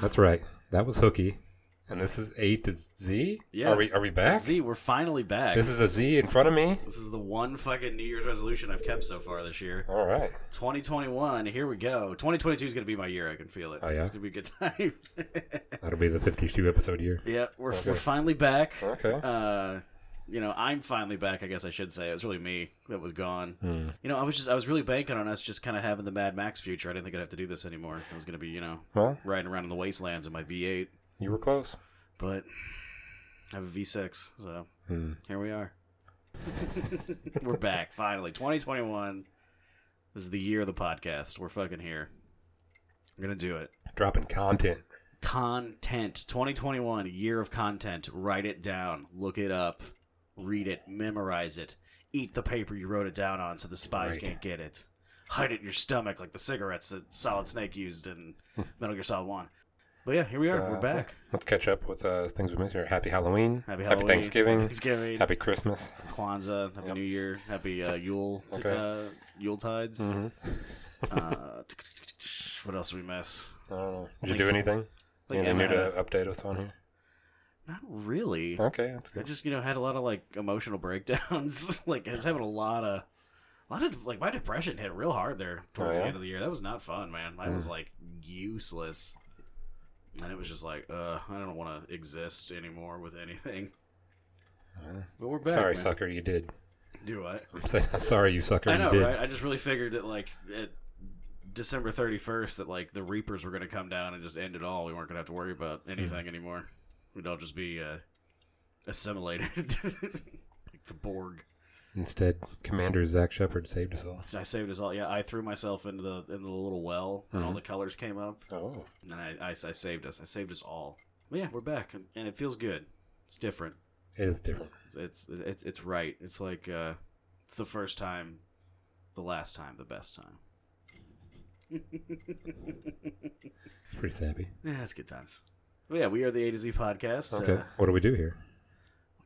That's right. That was Hooky, and this is A to Z. Yeah. Are we are we back? Z, we're finally back. This is a Z in front of me. This is the one fucking New Year's resolution I've kept so far this year. All right. 2021, here we go. 2022 is going to be my year. I can feel it. Oh, yeah? It's going to be a good time. That'll be the 52 episode year. yeah, we're, Okay. we're finally back. Okay. Uh, you know, I'm finally back, I guess I should say. It was really me that was gone. Hmm. You know, I was just, I was really banking on us just kind of having the Mad Max future. I didn't think I'd have to do this anymore. I was going to be, you know, Well, riding around in the wastelands in my V8, you were close. but I have a V6, so. Hmm. Here we are. We're back finally. 2021. This is the year of the podcast. We're fucking here. We're going to do it. Dropping content. Content 2021, year of content. Write it down, look it up, read it, memorize it. Eat the paper you wrote it down on so the spies Right. can't get it. Hide it in your stomach like the cigarettes that Solid Snake used in Metal Gear Solid 1. But yeah, here we are. So, We're back. yeah. Let's catch up with uh, things we missed here. Happy Halloween. Happy Halloween. Thanksgiving. Thanksgiving. Happy Christmas. Kwanzaa, Happy Yep. New Year, Happy uh, Yule, t- Okay. uh, Yule tides. Mhm. Uh, what else did we miss? I don't know. Did you Like- do anything? like anything new Emma- to update us on here? Not really. Okay, that's I good. just you know had a lot of like emotional breakdowns. like I was having a lot of, a lot of like my depression hit real hard there towards Oh, yeah? Mm. the end of the year. That was not fun, man. I was like useless, and it was just like, uh, I don't want to exist anymore with anything. Yeah. But we're back. Sorry, man. sucker, you did. Do what? I'm, saying, I'm sorry, you sucker, I know, you did. right? I just really figured that like at December thirty first, that like the Reapers were going to come down and just end it all. We weren't going to have to worry about anything anymore. We'd all just be uh, assimilated, like the Borg. Instead, Commander Zach Shepard saved us all. I saved us all. Yeah, I threw myself into the into the little well, and all Mhm. the colors came up, Oh, and I, I I saved us. I saved us all. But yeah, we're back, and, and it feels good. It's different. it is different. It's it's it's right. It's like uh, it's the first time, the last time, the best time. It's pretty sappy. Yeah, that's good times. Well, yeah, we are the A to Z podcast. Okay, Uh, what do we do here?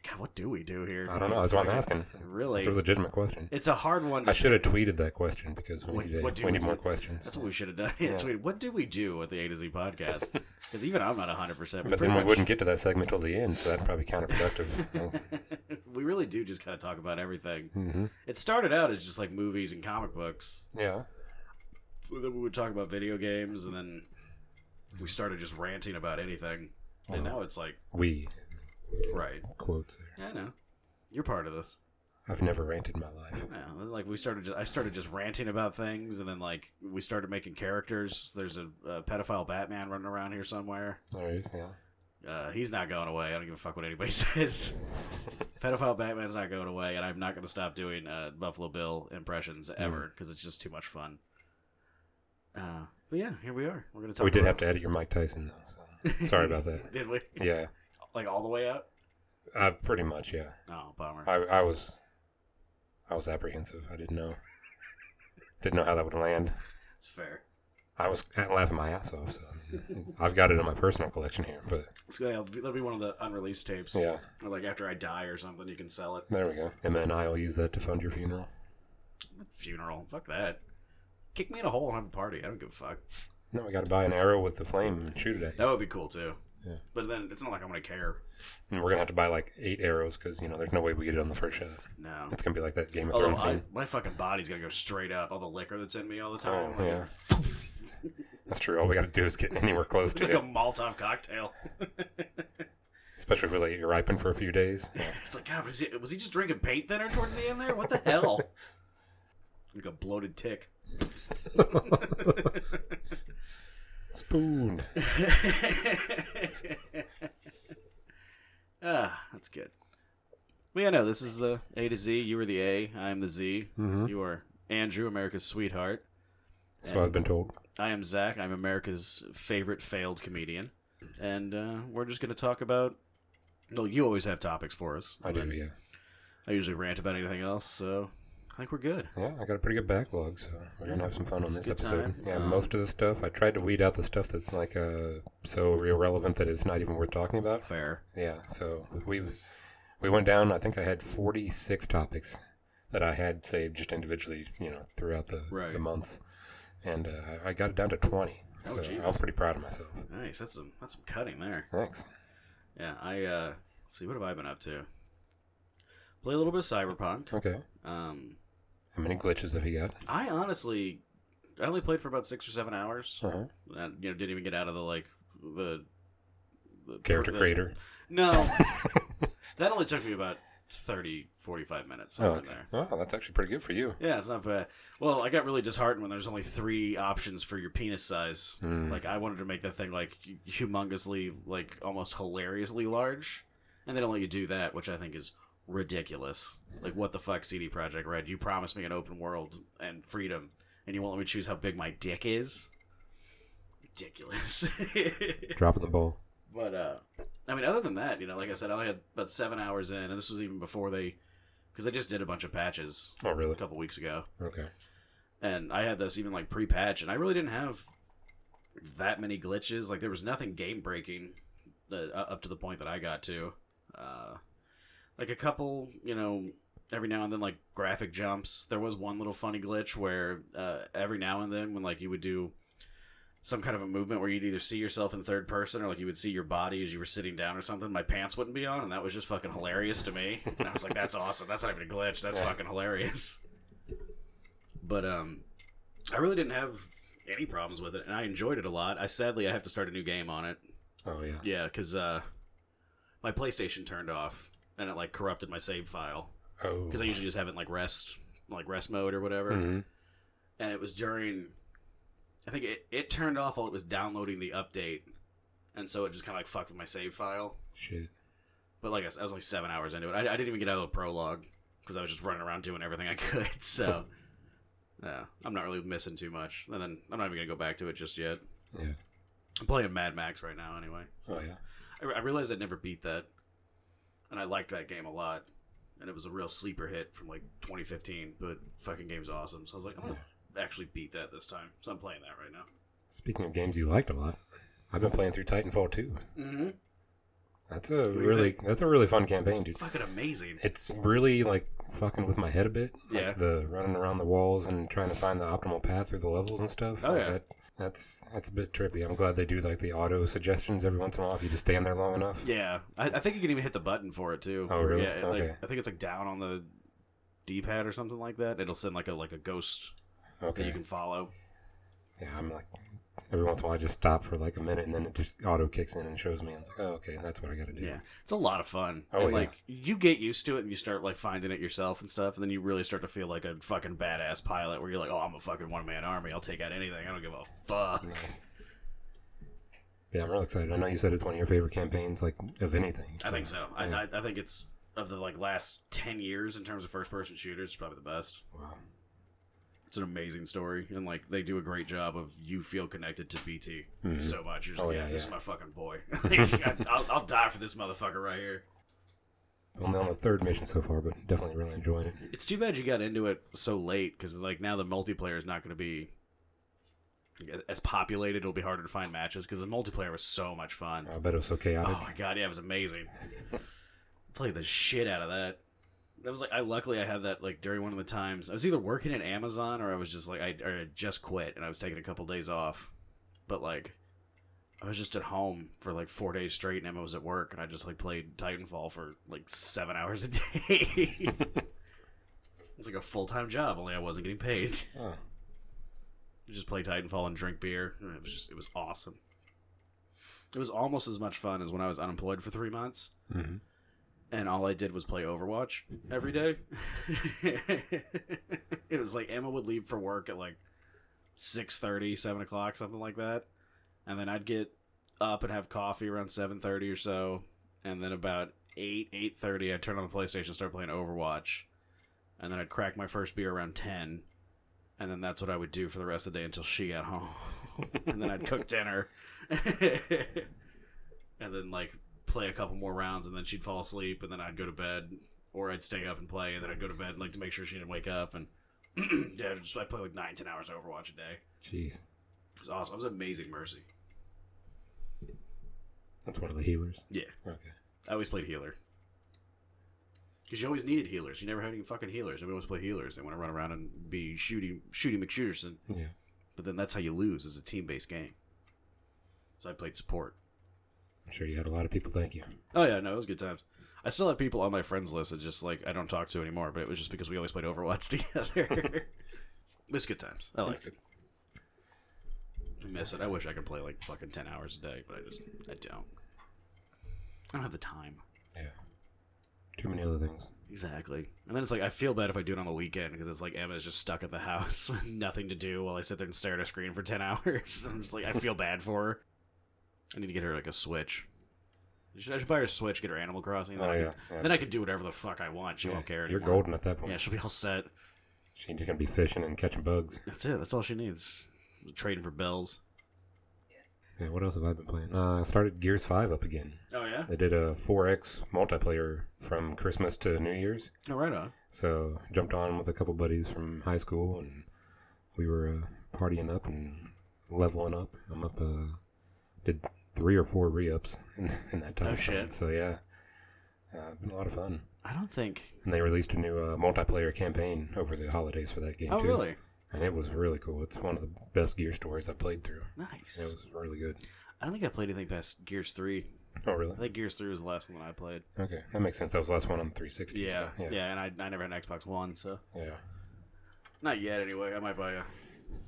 God, what do we do here? I don't know. That's what I'm asking. Really? It's a legitimate question. It's a hard one. I To, should have tweeted that question because we What- need, a- what do we we need do? more questions. that's what we should have done. Yeah. Tweet, what do we do at the A to Z podcast? Because even I'm not 100. percent but then we wouldn't get to that segment till the end, so that's probably counterproductive. We really do just kind of talk about everything. mm-hmm. It started out as just like movies and comic books. Yeah. But Then we would talk about video games, and then we started just ranting about anything. Uh-huh. And now it's like, We right? quotes. There. I know. You're part of this. I've never ranted in my life. Yeah, then, like we started. I started just ranting about things, and then like we started making characters. There's a, a pedophile Batman running around here somewhere. There is, yeah. Uh, he's not going away. I don't give a fuck what anybody says. pedophile Batman's not going away, and I'm not going to stop doing uh, Buffalo Bill impressions Hmm. ever because it's just too much fun. Uh, but yeah, here we are. We're going to talk. we did about- have to edit your Mike Tyson though. So. Sorry about that. Did we? Yeah, Like all the way up? uh, pretty much. Yeah, Oh, bummer. I, I was, I was apprehensive. I didn't know, didn't know how that would land. It's fair. I was laughing my ass off. So I've got it in my personal collection here. But It's gonna that'll be one of the unreleased tapes. yeah, Or like after I die or something, you can sell it. there we go. And then I'll use that to fund your funeral. funeral. Fuck that. Kick me in a hole and have a party. I don't give a fuck. No, we got to buy an arrow with the flame and shoot it at you. That would be cool too. Yeah. But then it's not like I'm gonna care. And we're gonna have to buy like eight arrows because you know there's no way we get it on the first shot. No. It's gonna be like that Game of Although Thrones Oh, I, scene. my fucking body's gonna go straight up. All the liquor that's in me all the time. Oh, like, yeah. That's true. All we gotta do is get anywhere close It's to like a it, Molotov cocktail. especially if we let it ripen for a few days. Yeah. It's like God. Was he, was he just drinking paint thinner towards the end there? What the hell? like a bloated tick. Spoon. ah, that's good. Well, yeah, no, this is the A to Z. You were the A. I'm the Z. Mhm. You are Andrew, America's sweetheart. So I've been told. I am Zach. I'm America's favorite failed comedian. And uh, we're just going to talk about. Well, you always have topics for us. I do. Yeah. I usually rant about anything else, so I think we're good. Yeah, I got a pretty good backlog, so we're gonna have some fun on this It's a good episode. time. Yeah, Um, most of the stuff I tried to weed out the stuff that's like uh, so irrelevant that it's not even worth talking about. Fair. Yeah, so we we went down. I think I had forty six topics that I had saved just individually, you know, throughout the Right. Oh, the months. and uh, I got it down to 20. So Jesus. I'm pretty proud of myself. Nice. That's some that's some cutting there. Thanks. Yeah. I uh, let's see what have I been up to? Play a little bit of Cyberpunk. Okay. Um, How many glitches have you got? I honestly, I only played for about six or seven hours. Uh-huh. And, you know, didn't even get out of the like the, the Character the- creator. No, that only took me about 30, 45 minutes. Oh, somewhere okay. there. Oh, that's actually pretty good for you. Yeah, it's not bad. Well, I got really disheartened when there's only three options for your penis size. Mm. Like I wanted to make that thing like humongously, like almost hilariously large, and they don't let you do that, which I think is ridiculous. Like what the fuck, CD Project Red? You promised me an open world and freedom, and you won't let me choose how big my dick is. Ridiculous. Dropping the ball. But uh, I mean, other than that, you know, like I said, I only had about seven hours in, and this was even before they, because they just did a bunch of patches Oh, a really? couple weeks ago, Okay. and I had this even like pre-patch, and I really didn't have that many glitches. Like there was nothing game breaking uh, up to the point that I got to. Uh, like a couple, you know, every now and then like graphic jumps. There was one little funny glitch where uh, every now and then when like you would do some kind of a movement where you'd either see yourself in third person or like you would see your body as you were sitting down or something. My pants wouldn't be on, and that was just fucking hilarious to me. And I was like, "That's awesome! That's not even a glitch. That's fucking hilarious." But um, I really didn't have any problems with it, and I enjoyed it a lot. I sadly I have to start a new game on it. Oh, yeah. Yeah, because uh, my PlayStation turned off and it like corrupted my save file Oh. because I usually just have it in, like rest, like rest mode or whatever. Mhm. And it was during, I think it, it turned off while it was downloading the update, and so it just kind of like fucked with my save file. Shit. But like I said, I was only seven hours into it. I, I didn't even get out of the prologue because I was just running around doing everything I could. So, yeah, I'm not really missing too much. And then I'm not even gonna go back to it just yet. Yeah. I'm playing Mad Max right now, anyway. Oh, yeah. I, I realized I'd never beat that, and I liked that game a lot, and it was a real sleeper hit from like 2015. But fucking game's awesome, so I was like, I'm gonna actually beat that this time. So I'm playing that right now. Speaking of games you liked a lot, I've been playing through Titanfall 2. Mm-hmm. That's a do you really that's a really fun campaign, dude. Fucking amazing. It's really like fucking with my head a bit. Yeah. Like the running around the walls and trying to find the optimal path through the levels and stuff. Oh, Like, yeah. That, that's that's a bit trippy. I'm glad they do like the auto suggestions every once in a while if you just stand there long enough. Yeah, I, I think you can even hit the button for it too. Oh, really? Yeah, it, Okay. like, I think it's like down on the D-pad or something like that. It'll send like a like a ghost that Okay. you can follow. Yeah, I'm like every once in a while I just stop for like a minute and then it just auto kicks in and shows me. I'm like, oh okay, that's what I got to do. Yeah, it's a lot of fun. Oh, and, yeah. Like you get used to it and you start like finding it yourself and stuff, and then you really start to feel like a fucking badass pilot where you're like, oh, I'm a fucking one man army. I'll take out anything. I don't give a fuck. Nice. Yeah, I'm real excited. I know you said it's one of your favorite campaigns, like of anything. I think so. I, yeah. I, I think it's of the like last ten years in terms of first person shooters, it's probably the best. Wow. It's an amazing story, and like they do a great job of you feel connected to BT Mhm. so much. You're just Oh, like, yeah, yeah, this yeah. is my fucking boy. Like, I, I'll, I'll die for this motherfucker right here. Only on the third mission so far, but definitely really enjoying it. It's too bad you got into it so late because like now the multiplayer is not going to be as populated. It'll be harder to find matches because the multiplayer was so much fun. I bet it was so chaotic. Oh my god, yeah, it was amazing. Played the shit out of that. That was like I luckily I had that like during one of the times I was either working at Amazon or I was just like I, or I had just quit and I was taking a couple days off, but like I was just at home for like four days straight and Emma was at work and I just like played Titanfall for like seven hours a day. it's like a full time job only I wasn't getting paid. Oh, Just play Titanfall and drink beer. and It was just it was awesome. It was almost as much fun as when I was unemployed for three months mhm. and all I did was play Overwatch every day. it was like Emma would leave for work at like 6.30, 7 o'clock, something like that. And then I'd get up and have coffee around 7.30 or so. And then about 8, 8.30, I'd turn on the PlayStation and start playing Overwatch. And then I'd crack my first beer around 10. And then that's what I would do for the rest of the day until she got home. and then I'd cook dinner. and then like play a couple more rounds and then she'd fall asleep and then I'd go to bed or I'd stay up and play and then I'd go to bed like to make sure she didn't wake up and yeah, just I play like nine, ten hours of Overwatch a day. Jeez. It was awesome. It was amazing mercy. That's one of the healers. Yeah. Okay. I always played healer. Because you always needed healers. You never had any fucking healers. Everyone wants to play healers. They want to run around and be shooting shooting McShooterson. Yeah. But then that's how you lose as a team based game. So I played support. I'm sure you had a lot of people thank you. Oh yeah, no, it was good times. I still have people on my friends list that just like I don't talk to anymore, but it was just because we always played Overwatch together. it was good times. I That's like good. it. I miss it. I wish I could play like fucking ten hours a day, but I just I don't. I don't have the time. Yeah. Too many other things. Exactly. And then it's like I feel bad if I do it on the weekend because it's like Emma's just stuck at the house with nothing to do while I sit there and stare at a screen for ten hours. I'm just like I feel bad for her. I need to get her like a Switch. I should, I should buy her a Switch, get her Animal Crossing. Then, Oh, I, yeah, can, yeah. then I can do whatever the fuck I want. She Yeah, won't care You're anymore. golden at that point. Yeah, she'll be all set. She's just gonna be fishing and catching bugs. That's it. That's all she needs. Trading for bells. Yeah, what else have I been playing? Uh, I started Gears Five up again. Oh yeah. They did a 4x multiplayer from Christmas to New Year's. Oh, right on. So jumped on with a couple buddies from high school, and we were uh, partying up and leveling up. I'm up. Uh, did three or four re-ups in, in that time. Oh, shit. frame. So yeah, uh, been a lot of fun. I don't think. And they released a new uh, multiplayer campaign over the holidays for that game Oh too. really? And it was really cool. It's one of the best Gear stories I played through. Nice. It was really good. I don't think I played anything past Gears three. Oh really? I think Gears three was the last one I played. Okay, that makes sense. That was the last one on the 360. Yeah, so, yeah, yeah, and I, I never had an Xbox One, so yeah. not yet. Anyway, I might buy a.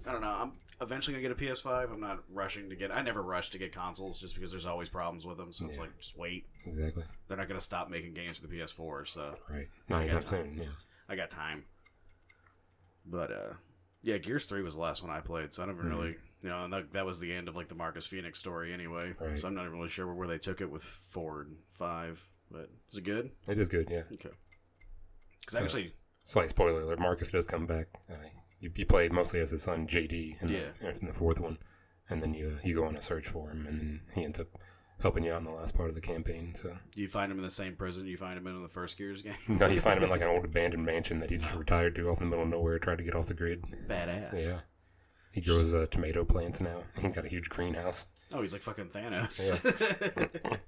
I don't know. I'm eventually gonna get a PS5. I'm not rushing to get. I never rush to get consoles just because there's always problems with them. So it's Yeah. like just wait. Exactly. They're not gonna stop making games for the PS4, so Right. Not got anytime time. soon. Yeah. I got time. But uh, yeah, Gears Three was the last one I played, so I never Mhm. really, you know, and that, that was the end of like the Marcus Phoenix story anyway. Right. So I'm not even really sure where, where they took it with four and five. But is it good? It is good. Yeah. Okay. Because So- actually, Slight spoiler alert: Marcus does come back. Uh, you, you played mostly as his son JD in, Yeah. the, in the fourth one, and then you uh, you go on a search for him, and then he ends up helping you out in the last part of the campaign. So Do you find him in the same prison you find him in, in the first Gears game? now you find him in like an old abandoned mansion that he just retired to off in the middle of nowhere, tried to get off the grid. Badass. Yeah. He grows uh, tomato plants now. He's got a huge greenhouse. Oh, he's like fucking Thanos. But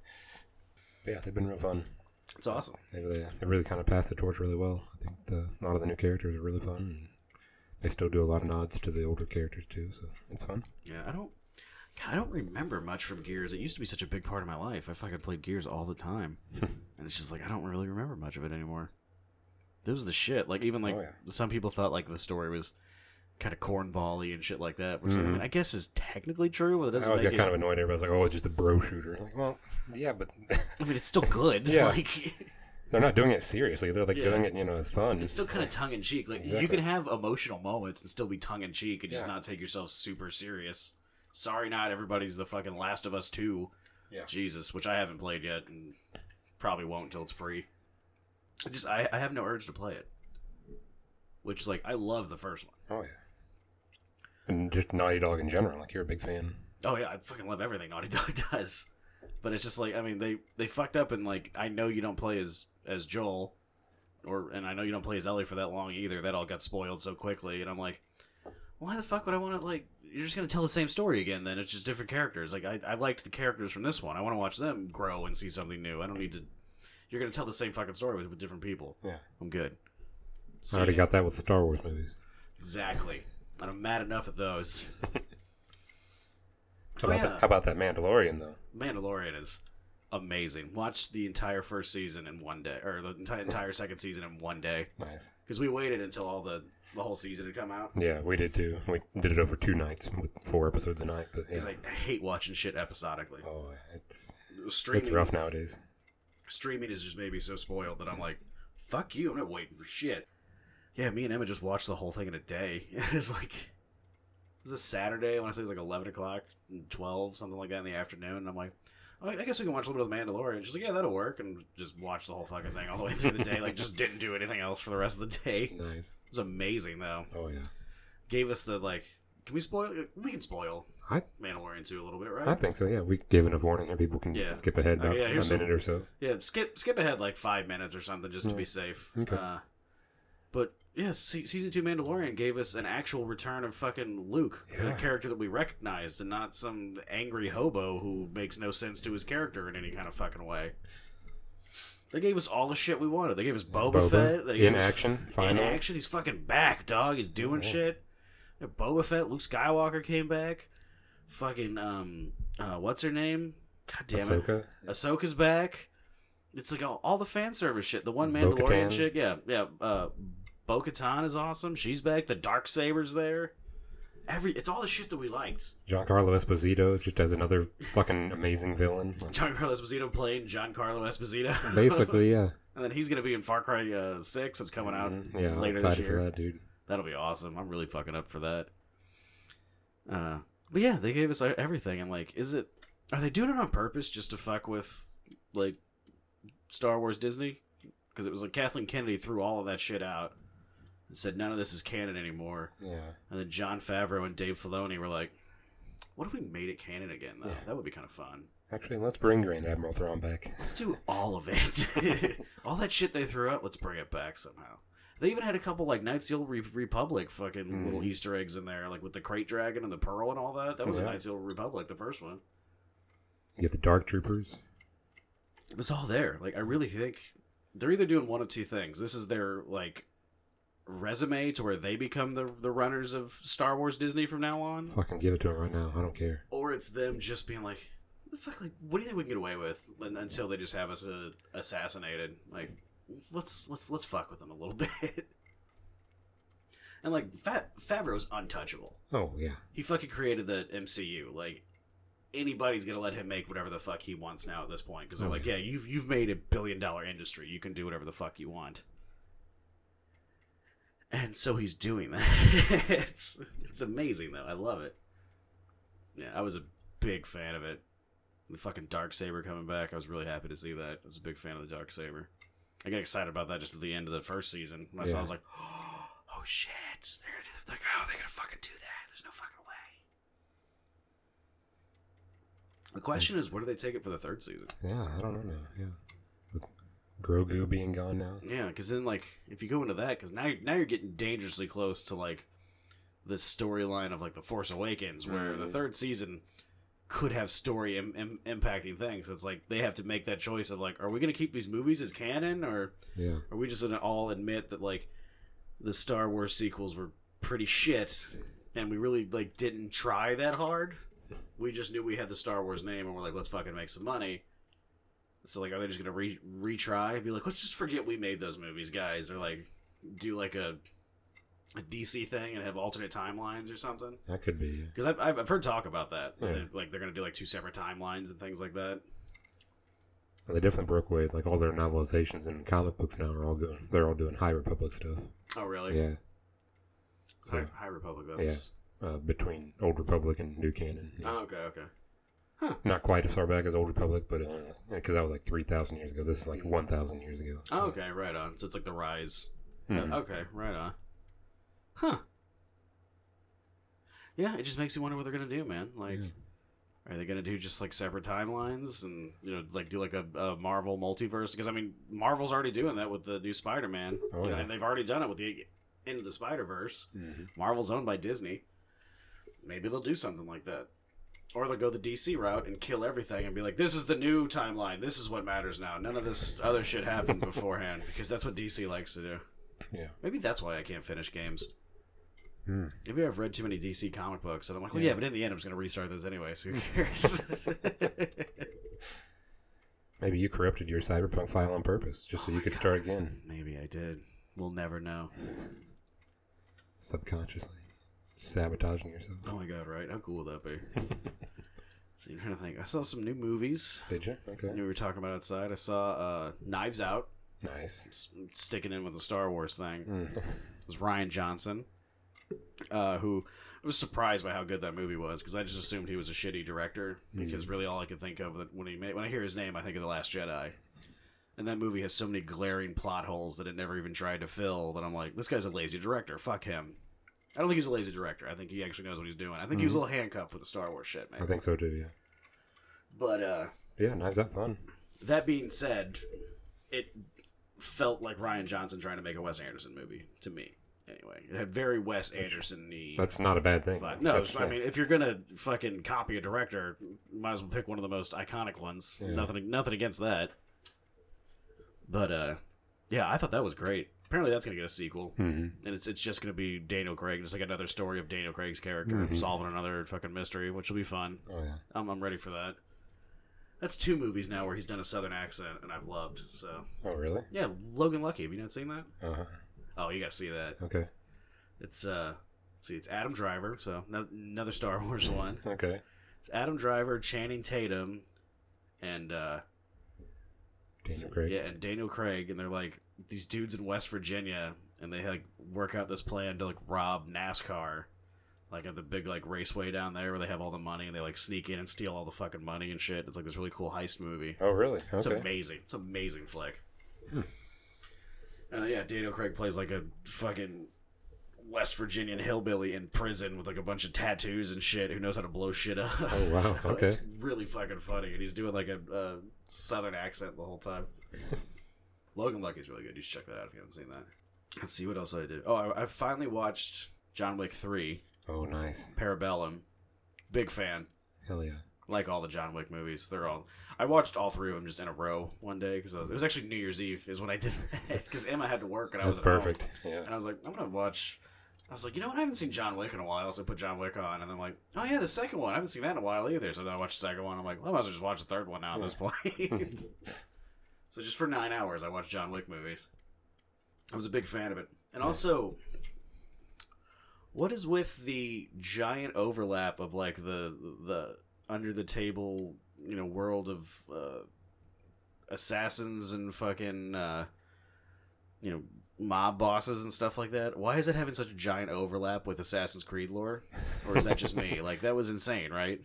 yeah, they've been real fun. it's awesome. They really, they really kind of passed the torch really well. I think the, a lot of the new characters are really fun. And they still do a lot of nods to the older characters too, so it's fun. Yeah, I don't. God, I don't remember much from Gears. It used to be such a big part of my life. I fucking played Gears all the time, and it's just like I don't really remember much of it anymore. This was the shit. Like even like Oh, yeah. some people thought like the story was kind of cornbally and shit like that. Which I, Mm-hmm. mean, I guess is technically true, but it I doesn't. always Make got it, kind of annoyed. Everybody's like, "Oh, it's just a bro shooter." I'm like, well, yeah, but I mean, it's still good. Yeah. Like they're not doing it seriously. They're like Yeah. doing it, you know, as fun. it's still kind of tongue in cheek. Like you Exactly. can have emotional moments and still be tongue in cheek and just Yeah. not take yourself super serious. Sorry, not everybody's the fucking Last of Us two. Yeah. Jesus, which I haven't played yet and probably won't until it's free. I just I, I have no urge to play it. Which like I love the first one. Oh yeah, and just Naughty Dog in general. Like you're a big fan. Oh yeah, I fucking love everything Naughty Dog does. But it's just like I mean they they fucked up and like I know you don't play as as Joel or and I know you don't play as Ellie for that long either. That all got spoiled so quickly and I'm like why the fuck would I want to like you're just going to tell the same story again then it's just different characters. Like I I liked the characters from this one. I want to watch them grow and see something new. I don't need to you're going to tell the same fucking story with, with different people. Yeah, I'm good. I already See- got that with the Star Wars movies. Exactly. And I'm mad enough at those. How Oh, about yeah. that? How about that Mandalorian though? Mandalorian is amazing. Watch the entire first season in one day, or the entire, entire second season in one day, Nice. because we waited until all the the whole season had come out. Yeah, we did too. We did it over two nights with four episodes a night. But yeah. Because I, I hate watching shit episodically. oh, it's Streaming, it's rough nowadays. streaming is just made me so spoiled that I'm like, fuck you, I'm not waiting for shit. Yeah, me and Emma just watched the whole thing in a day. it's like, it's a Saturday. I want to say it's like 11 o'clock, 12, something like that in the afternoon. And I'm like, "Oh, I guess we can watch a little bit of The Mandalorian. She's like, yeah, that'll work. And just watch the whole fucking thing all the way through the day. Like, just didn't do anything else for the rest of the day. It Nice. was amazing, though. Oh yeah. Gave us the, like, can we spoil? We can spoil I- Mandalorian 2 a little bit, I right? think so. Yeah, we gave enough warning here. People can Yeah. skip ahead Okay, about yeah, a here's minute or so. Yeah, skip skip ahead like five minutes or something just to be Yeah. safe. Okay. Uh, but yeah, se- season two Mandalorian gave us an actual return of fucking Luke, a Yeah. character that we recognized, and not some angry hobo who makes no sense to his character in any kind of fucking way. They gave us all the shit we wanted. They gave us Boba, Fett. They gave in us- action, in finally. action. He's fucking back, dog. He's doing Yeah. shit. Yeah, Boba Fett, Luke Skywalker came back. Fucking um, uh, what's her name? God damn it, Ahsoka. Ahsoka's back. It's like all, all the fan service shit. The one Mandalorian Mm-hmm. Bo-Katan. chick, yeah, yeah. Uh, Bo Katan is awesome. She's back. The Dark Saber's there. Every it's all the shit that we liked. Giancarlo Esposito just as another fucking amazing villain. Giancarlo Esposito playing Giancarlo Esposito. Basically, yeah. and then he's gonna be in Far Cry uh, Six. That's coming out Mhm. Yeah, I'm later this excited year. for that, dude. That'll be awesome. I'm really fucking up for that. Uh, but yeah, they gave us uh, everything. And like, is it? Are they doing it on purpose just to fuck with like Star Wars Disney? Because it was like Kathleen Kennedy threw all of that shit out and said none of this is canon anymore. Yeah. And then John Favreau and Dave Filoni were like, "What if we made it canon again? Though Yeah. that would be kind of fun. Actually, let's bring Grand Admiral Thrawn back. Let's do all of it. all that shit they threw out, let's bring it back somehow. They even had a couple like Knights of the Old Re- Republic fucking Mhm. little Easter eggs in there, like with the crate dragon and the pearl and all that. That was a Yeah. Knights of the Old Republic, the first one. You get the Dark Troopers. It was all there. Like I really think they're either doing one of two things. This is their like resume to where they become the the runners of Star Wars Disney from now on, Fucking give it to him right now. I don't care. or it's them just being like, the fuck, like what do you think we can get away with and, until they just have us uh, assassinated? Like let's let's let's fuck with them a little bit. And like Fa- Favreau's untouchable. Oh yeah. He fucking created the MCU. Like anybody's gonna let him make whatever the fuck he wants now at this point because they're Oh, like, yeah. yeah. you've you've made a billion dollar industry. You can do whatever the fuck you want. And so he's doing that. it's it's amazing though. I love it. Yeah, I was a big fan of it. The fucking dark saber coming back. I was really happy to see that. I was a big fan of the dark saber. I got excited about that just at the end of the first season. When I saw, I Yeah. was like, "Oh shit! They're gonna, like, oh, they're gonna fucking do that. There's no fucking way." The question is, where do they take it for the third season? Yeah, I don't know now. Yeah. With Grogu being gone now. Yeah, because then like if you go into that, because now now you're getting dangerously close to like this storyline of like the Force Awakens, where the Mm. third season could have story Im- Im- impacting things. It's like they have to make that choice of like, are we going to keep these movies as canon, or Yeah. are we just going to all admit that like the Star Wars sequels were pretty shit, and we really like didn't try that hard. We just knew we had the Star Wars name, and we're like, let's fucking make some money. So like, are they just gonna re- retry and be like, let's just forget we made those movies, guys, or like do like a a DC thing and have alternate timelines or something? That could be. Because I've, I've I've heard talk about that. Yeah. They're- Like they're gonna do like two separate timelines and things like that. They definitely broke away. Like all their novelizations and comic books now are all going. They're all doing High Republic stuff. Oh really? yeah. So High, High Republic. That's... uh, between Old Republic and New Canon. Yeah. Oh, okay. Okay. Not quite as far back as Old Republic, but because that was like three thousand years ago. This is like one thousand years ago. Oh, so- okay. Right on. So it's like the rise. Mhm. Uh, okay, right on. Huh. Yeah, it just makes you wonder what they're gonna do, man. Like, Yeah. are they gonna do just like separate timelines and you know, like do like a, a Marvel multiverse? Because I mean, Marvel's already doing that with the new Spider Man. Oh, yeah. and they've already done it with the end of the Spider Verse. Mhm. Marvel's owned by Disney. Maybe they'll do something like that. Or they'll go the DC route and kill everything and be like, this is the new timeline. This is what matters now. None of this other shit happened beforehand because that's what DC likes to do. Yeah. Maybe that's why I can't finish games. Hmm. Maybe I've read too many DC comic books, and I'm like, well, yeah, Yeah. but in the end, I'm just gonna restart those anyway. So who cares? Maybe you corrupted your cyberpunk file on purpose, just so you could start again Maybe I did. We'll never know. subconsciously, sabotaging yourself. Oh my god, right? How cool would that be? so you're trying to think. I saw some new movies. Did you? Okay. We were talking about outside. I saw uh, Knives Out, Nice. s- sticking in with the Star Wars thing. Mm. It was Ryan Johnson, uh, who I was surprised by how good that movie was because I just assumed he was a shitty director Hmm. because really all I could think of that when he made, when I hear his name I think of the Last Jedi, and that movie has so many glaring plot holes that it never even tried to fill that I'm like this guy's a lazy director fuck him. I don't think he's a lazy director. I think he actually knows what he's doing. I think he was a little handcuffed with the Star Wars shit, Mm-hmm. I man. think so too. Yeah. But uh, Yeah. Knives Out fun. that being said, it felt like Ryan Johnson trying to make a Wes Anderson movie to me. Anyway, it had very Wes Anderson y. That's not a bad thing. But no, That's- so, I mean, if you're gonna fucking copy a director, might as well pick one of the most iconic ones. Yeah. Nothing, nothing against that. But uh, yeah, I thought that was great. apparently that's gonna get a sequel, hmm and it's it's just gonna be Daniel Craig, just like another story of Daniel Craig's character Mhm. solving another fucking mystery, which will be fun. Oh yeah. I'm I'm ready for that. That's two movies now where he's done a southern accent, and I've loved. So Oh really? yeah, Logan Lucky. Have you not seen that? Uh huh. Oh, you gotta see that. Okay. It's uh, see, it's Adam Driver. So no- another Star Wars one. Okay. It's Adam Driver, Channing Tatum, and uh, Daniel Craig. yeah, and Daniel Craig, and they're like these dudes in West Virginia, and they like work out this plan to like rob NASCAR, like at the big like raceway down there where they have all the money, and they like sneak in and steal all the fucking money and shit. It's like this really cool heist movie. Oh really? It's Okay. amazing. It's an amazing flick. And then, yeah, Daniel Craig plays like a fucking West Virginian hillbilly in prison with like a bunch of tattoos and shit who knows how to blow shit up. Oh, wow. Okay. It's really fucking funny. And he's doing like a, a southern accent the whole time. Logan Lucky's really good. You should check that out if you haven't seen that. Let's see what else I did. Oh, I, I finally watched John Wick 3, Oh nice. Parabellum. Big fan Hell yeah. like all the John Wick movies. They're all. I watched all three of them just in a row one day because it was actually New Year's Eve is when I did that because Emma had to work and I That's was at home. perfect. Yeah. And I was like, I'm gonna watch. I was like, you know what? I haven't seen John Wick in a while, so I put John Wick on, and then I'm like, oh yeah, the second one. I haven't seen that in a while either. So then I watched the second one. I'm like, well, I might as well just watch the third one now at this point. so just for nine hours, I watched John Wick movies. I was a big fan of it, and also, what is with the giant overlap of like the the under the table, you know, world of uh, assassins and fucking, uh, you know, mob bosses and stuff like that. Why is it having such a giant overlap with Assassin's Creed lore? Or is that just me? Like that was insane, right?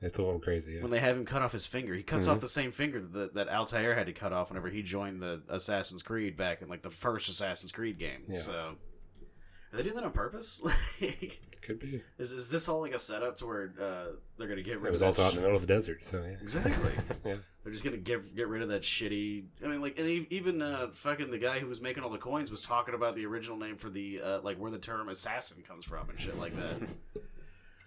It's a little crazy. Yeah. Mm-hmm. When they have him cut off his finger, he cuts off the same finger that, that Altair had to cut off whenever he joined the Assassin's Creed back in like the first Assassin's Creed game. Yeah. So, are they doing that on purpose? like, Could be. is, is this all like a setup to where uh, they're gonna get rid It was of that also out sh- in the middle of the desert, so yeah. Exactly. yeah. They're just gonna get get rid of that shitty. I mean, like, and e- even uh, fucking the guy who was making all the coins was talking about the original name for the uh, like where the term assassin comes from and shit like that.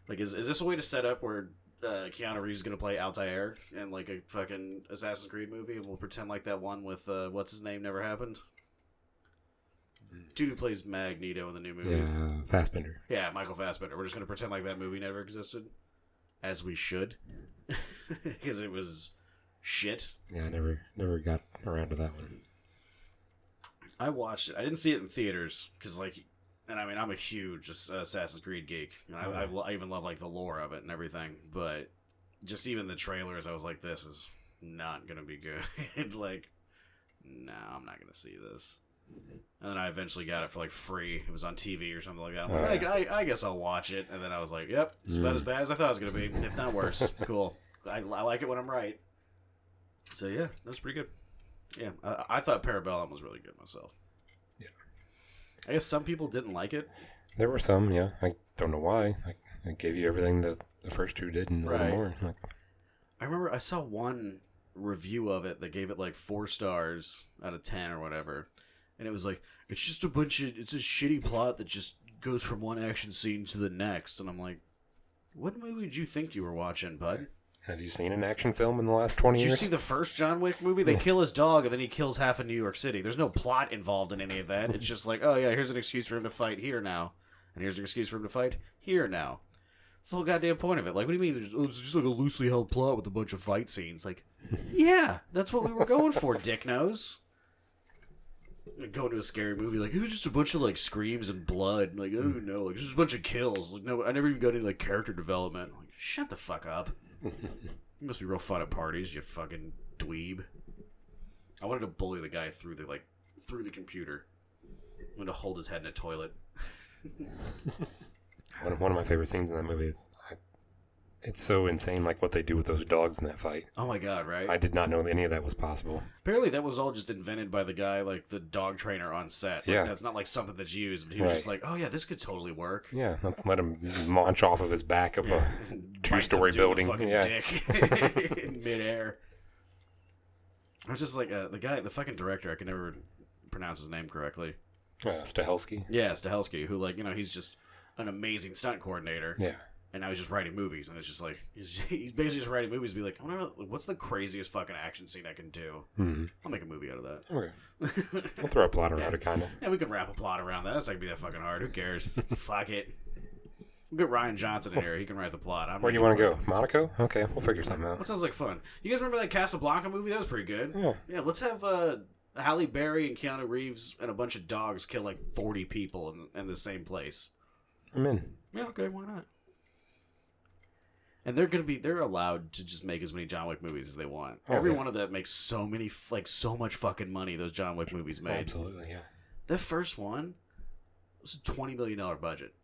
like, is is this a way to set up where uh, Keanu Reeves is gonna play Altair in like a fucking Assassin's Creed movie, and we'll pretend like that one with uh, what's his name never happened. Dude who plays Magneto in the new Yeah. movies. Uh, Fastbender. Yeah, Michael Fassbender. We're just gonna pretend like that movie never existed, as we should, because it was shit. Yeah, I never never got around to that one. I watched it. I didn't see it in theaters because, like, and I mean, I'm a huge Ass- Assassin's Creed geek, and I, I, lo- I even love like the lore of it and everything. But just even the trailers, I was like, this is not gonna be good. like, no, I'm not gonna see this. And then I eventually got it for like free. It was on TV or something like that. I'm Oh, like, yeah. I, I guess I'll watch it. And then I was like, yep, it's about Mm. as bad as I thought it was gonna be, if not worse. cool. I, I like it when I'm right. So yeah, that's pretty good. Yeah, I, I thought Parabellum was really good myself. Yeah. I guess some people didn't like it. There were some, yeah. I don't know why. I, I gave you everything that the first two did and a Right. little more. Like, I remember I saw one review of it that gave it like four stars out of ten or whatever, and it was like it's just a bunch of it's a shitty plot that just goes from one action scene to the next, and I'm like, what movie did you think you were watching, bud? have you seen an action film in the last twenty Did you years? see the first John Wick movie? They kill his dog and then he kills half of New York City. There's no plot involved in any of that. It's just like, oh yeah, here's an excuse for him to fight here now, and here's an excuse for him to fight here now. It's the whole goddamn point of it. Like, what do you mean? oh, It's just like a loosely held plot with a bunch of fight scenes. Like, yeah, that's what we were going for, dick nose. Go into a scary movie like it was just a bunch of like screams and blood. Like, oh no, like just a bunch of kills. Like, no, I never even got any like character development. Like, shut the fuck up. You must be real fun at parties, you fucking dweeb. I wanted to bully the guy through the like through the computer. I wanted to hold his head in a toilet. one, of- one of my favorite scenes in that movie. I, it's so insane, like what they do with those dogs in that fight. Oh my god, right? I did not know any of that was possible. Apparently that was all just invented by the guy, like the dog trainer on set. Like, Yeah. That's not like something that's used, but he was Right. just like, Oh yeah, this could totally work. Yeah, let's let him launch off of his back uh, of a two-story bites him building. dude in Yeah, the fucking dick in midair. I was just like uh, the guy, the fucking director. I can never pronounce his name correctly. uh, Stahelski. Yeah, Stahelski, who like you know he's just an amazing stunt coordinator. Yeah, and now he's just writing movies, and it's just like he's, he's basically just writing movies. To be like, I wonder what's the craziest fucking action scene I can do. hmm I'll make a movie out of Okay. that. We'll throw a plot around it, kind of. Yeah, we can wrap a plot around that. That's not gonna be that fucking hard. Who cares? Fuck it. We'll get Ryan Johnson in here. He can write the plot. I'm Where do you want to go? Monaco? Okay, we'll figure something What out. sounds like fun? You guys remember that Casablanca movie? That was pretty good. Yeah. Yeah, let's have uh, Halle Berry and Keanu Reeves and a bunch of dogs kill like 40 people in, in the same place. I'm in. Yeah, okay, why not? And they're gonna be they're allowed to just make as many John Wick movies as they want. Oh, Every yeah. one of them makes so many f- like so much fucking money. Those John Wick movies made. Absolutely, yeah. The first one was a twenty million dollar budget,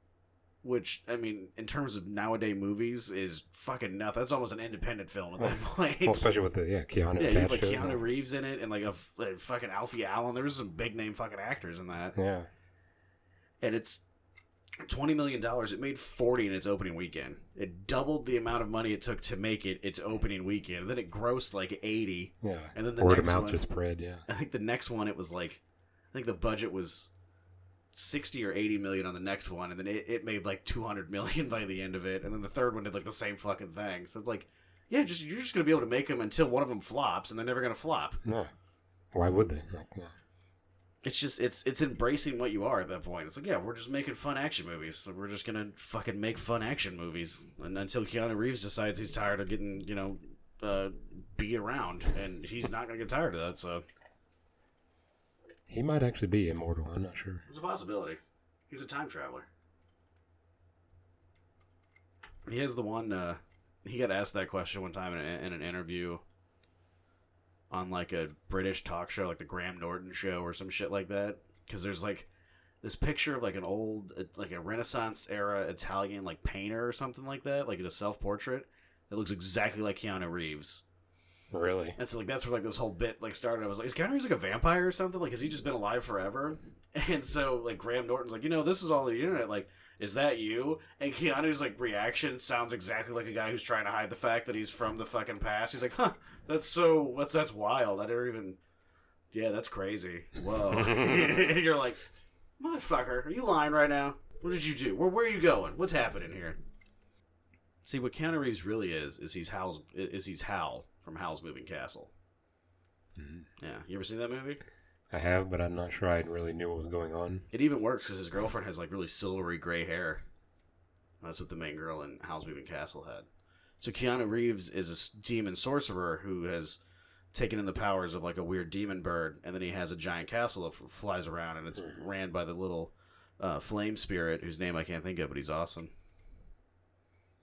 which I mean, in terms of nowadays movies, is fucking nothing. That's almost an independent film at that point. Well, especially with the yeah Keanu yeah, you have attached like to it. Keanu Reeves in it, and like a, f- a fucking Alfie Allen. There was some big name fucking actors in that, yeah, and it's twenty million dollars. It made forty in its opening weekend. It doubled the amount of money it took to make it its opening weekend. And then it grossed like eighty, yeah. and then the Word of next mouth one, just spread. Yeah. I think the next one it was like I think the budget was sixty or eighty million on the next one, and then it, it made like two hundred million by the end of it, and then the third one did like the same fucking thing. So like, yeah, just you're just gonna be able to make them until one of them flops, and they're never gonna flop. No. Why would they? Like, yeah. It's just it's it's embracing what you are at that point. It's like yeah, we're just making fun action movies. So we're just gonna fucking make fun action movies, and until Keanu Reeves decides he's tired of getting you know uh, be around, and he's not gonna get tired of that. So He might actually be immortal. I'm not sure. It's a possibility. He's a time traveler. He has the one. Uh, he got asked that question one time in, a, in an interview on like a British talk show, like the Graham Norton show or some shit like that. Because there's like this picture of like an old, uh, like a Renaissance era Italian like painter or something like that, like a self portrait that looks exactly like Keanu Reeves. Really? And so like that's where like this whole bit like started. I was like, is Keanu Reeves like a vampire or something? Like, has he just been alive forever? And so like Graham Norton's like, you know, this is all the internet. Like, is that you? And Keanu's like reaction sounds exactly like a guy who's trying to hide the fact that he's from the fucking past. He's like, huh, that's so that's that's wild. I never even. Yeah, that's crazy. Whoa. And you're like, motherfucker, are you lying right now? What did you do? Where where are you going? What's happening here? See, what Keanu Reeves really is is he's Hal's is he's Hal from Hal's Moving Castle. Mhm. Yeah, you ever seen that movie? I have, but I'm not sure I really knew what was going on. It even works because his girlfriend has like really silvery gray hair. That's what the main girl in Howl's Moving Castle had. So Keanu Reeves is a s- demon sorcerer who has taken in the powers of like a weird demon bird, and then he has a giant castle that f- flies around, and it's Mm-hmm. ran by the little uh, flame spirit whose name I can't think of, but he's awesome.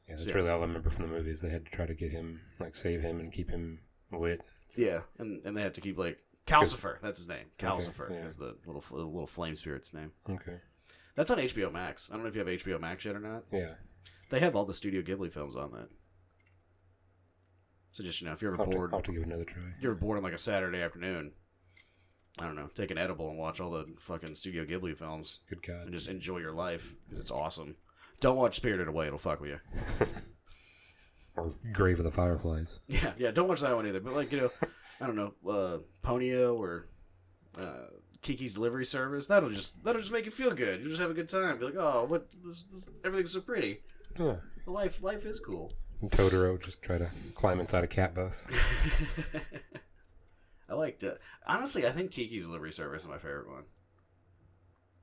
Yeah, that's Yeah. really all I remember from the movies. They had to try to get him, like, save him and keep him lit. Yeah, and and they have to keep like Calcifer. That's his name. Okay, Calcifer yeah. is the little fl- little flame spirit's name. Okay. That's on HBO Max. I don't know if you have HBO Max yet or not. Yeah. They have all the Studio Ghibli films on that. So just you know, if you're ever I'll have, to, bored, I'll have to give it another try. if you're bored on like a Saturday afternoon. I don't know. Take an edible and watch all the fucking Studio Ghibli films Good and God. just enjoy your life because it's awesome. Don't watch Spirited Away; it'll fuck with you. Or Grave of the Fireflies. Yeah, yeah. Don't watch that one either. But like you know, I don't know, uh, Ponyo or uh, Kiki's Delivery Service. That'll just that'll just make you feel good. You will just have a good time. Be like, oh, what? This, this, everything's so pretty. Yeah. Life life is cool. And Totoro just try to climb inside a cat bus. I liked it. Honestly, I think Kiki's Delivery Service is my favorite one.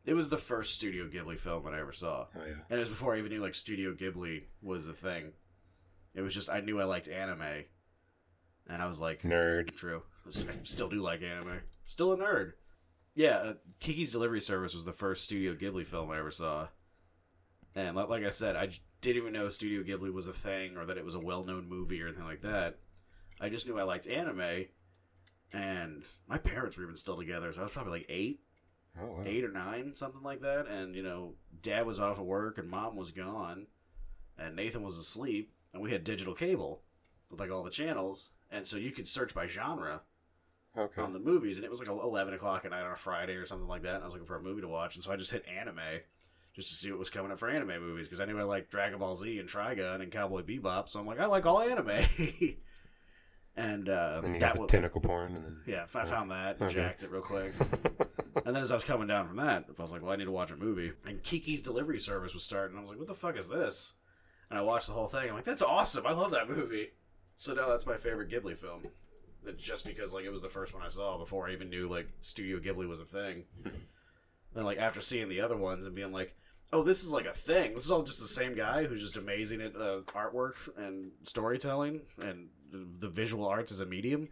It was the first Studio Ghibli film that I ever saw. Oh, yeah. And it was before I even knew like Studio Ghibli was a thing. It was just I knew I liked anime. And I was like, Nerd. True. I still do like anime. Still a nerd. Yeah, uh, Kiki's Delivery Service was the first Studio Ghibli film I ever saw. And li- like I said, I j- didn't even know Studio Ghibli was a thing or that it was a well known movie or anything like that. I just knew I liked anime. And my parents were even still together, so I was probably like eight Oh, wow. eight or nine, something like that. And you know, dad was off of work and mom was gone, and Nathan was asleep, and we had digital cable with like all the channels, and so you could search by genre Okay. on the movies, and it was like eleven o'clock at night on a Friday or something like that. And I was looking for a movie to watch, and so I just hit anime. Just to see what was coming up for anime movies, because I knew I liked Dragon Ball Z and Trigun and Cowboy Bebop, so I'm like, I like all anime. and uh, Then you that got the wa- tentacle porn. And then... yeah, if I found that, and Okay. jacked it real quick. and then as I was coming down from that, I was like, well, I need to watch a movie. And Kiki's Delivery Service was starting. I was like, what the fuck is this? And I watched the whole thing. I'm like, that's awesome. I love that movie. So now that's my favorite Ghibli film. And just because like it was the first one I saw before I even knew like Studio Ghibli was a thing. then like after seeing the other ones and being like, oh, this is like a thing. This is all just the same guy who's just amazing at uh, artwork and storytelling and the visual arts as a medium.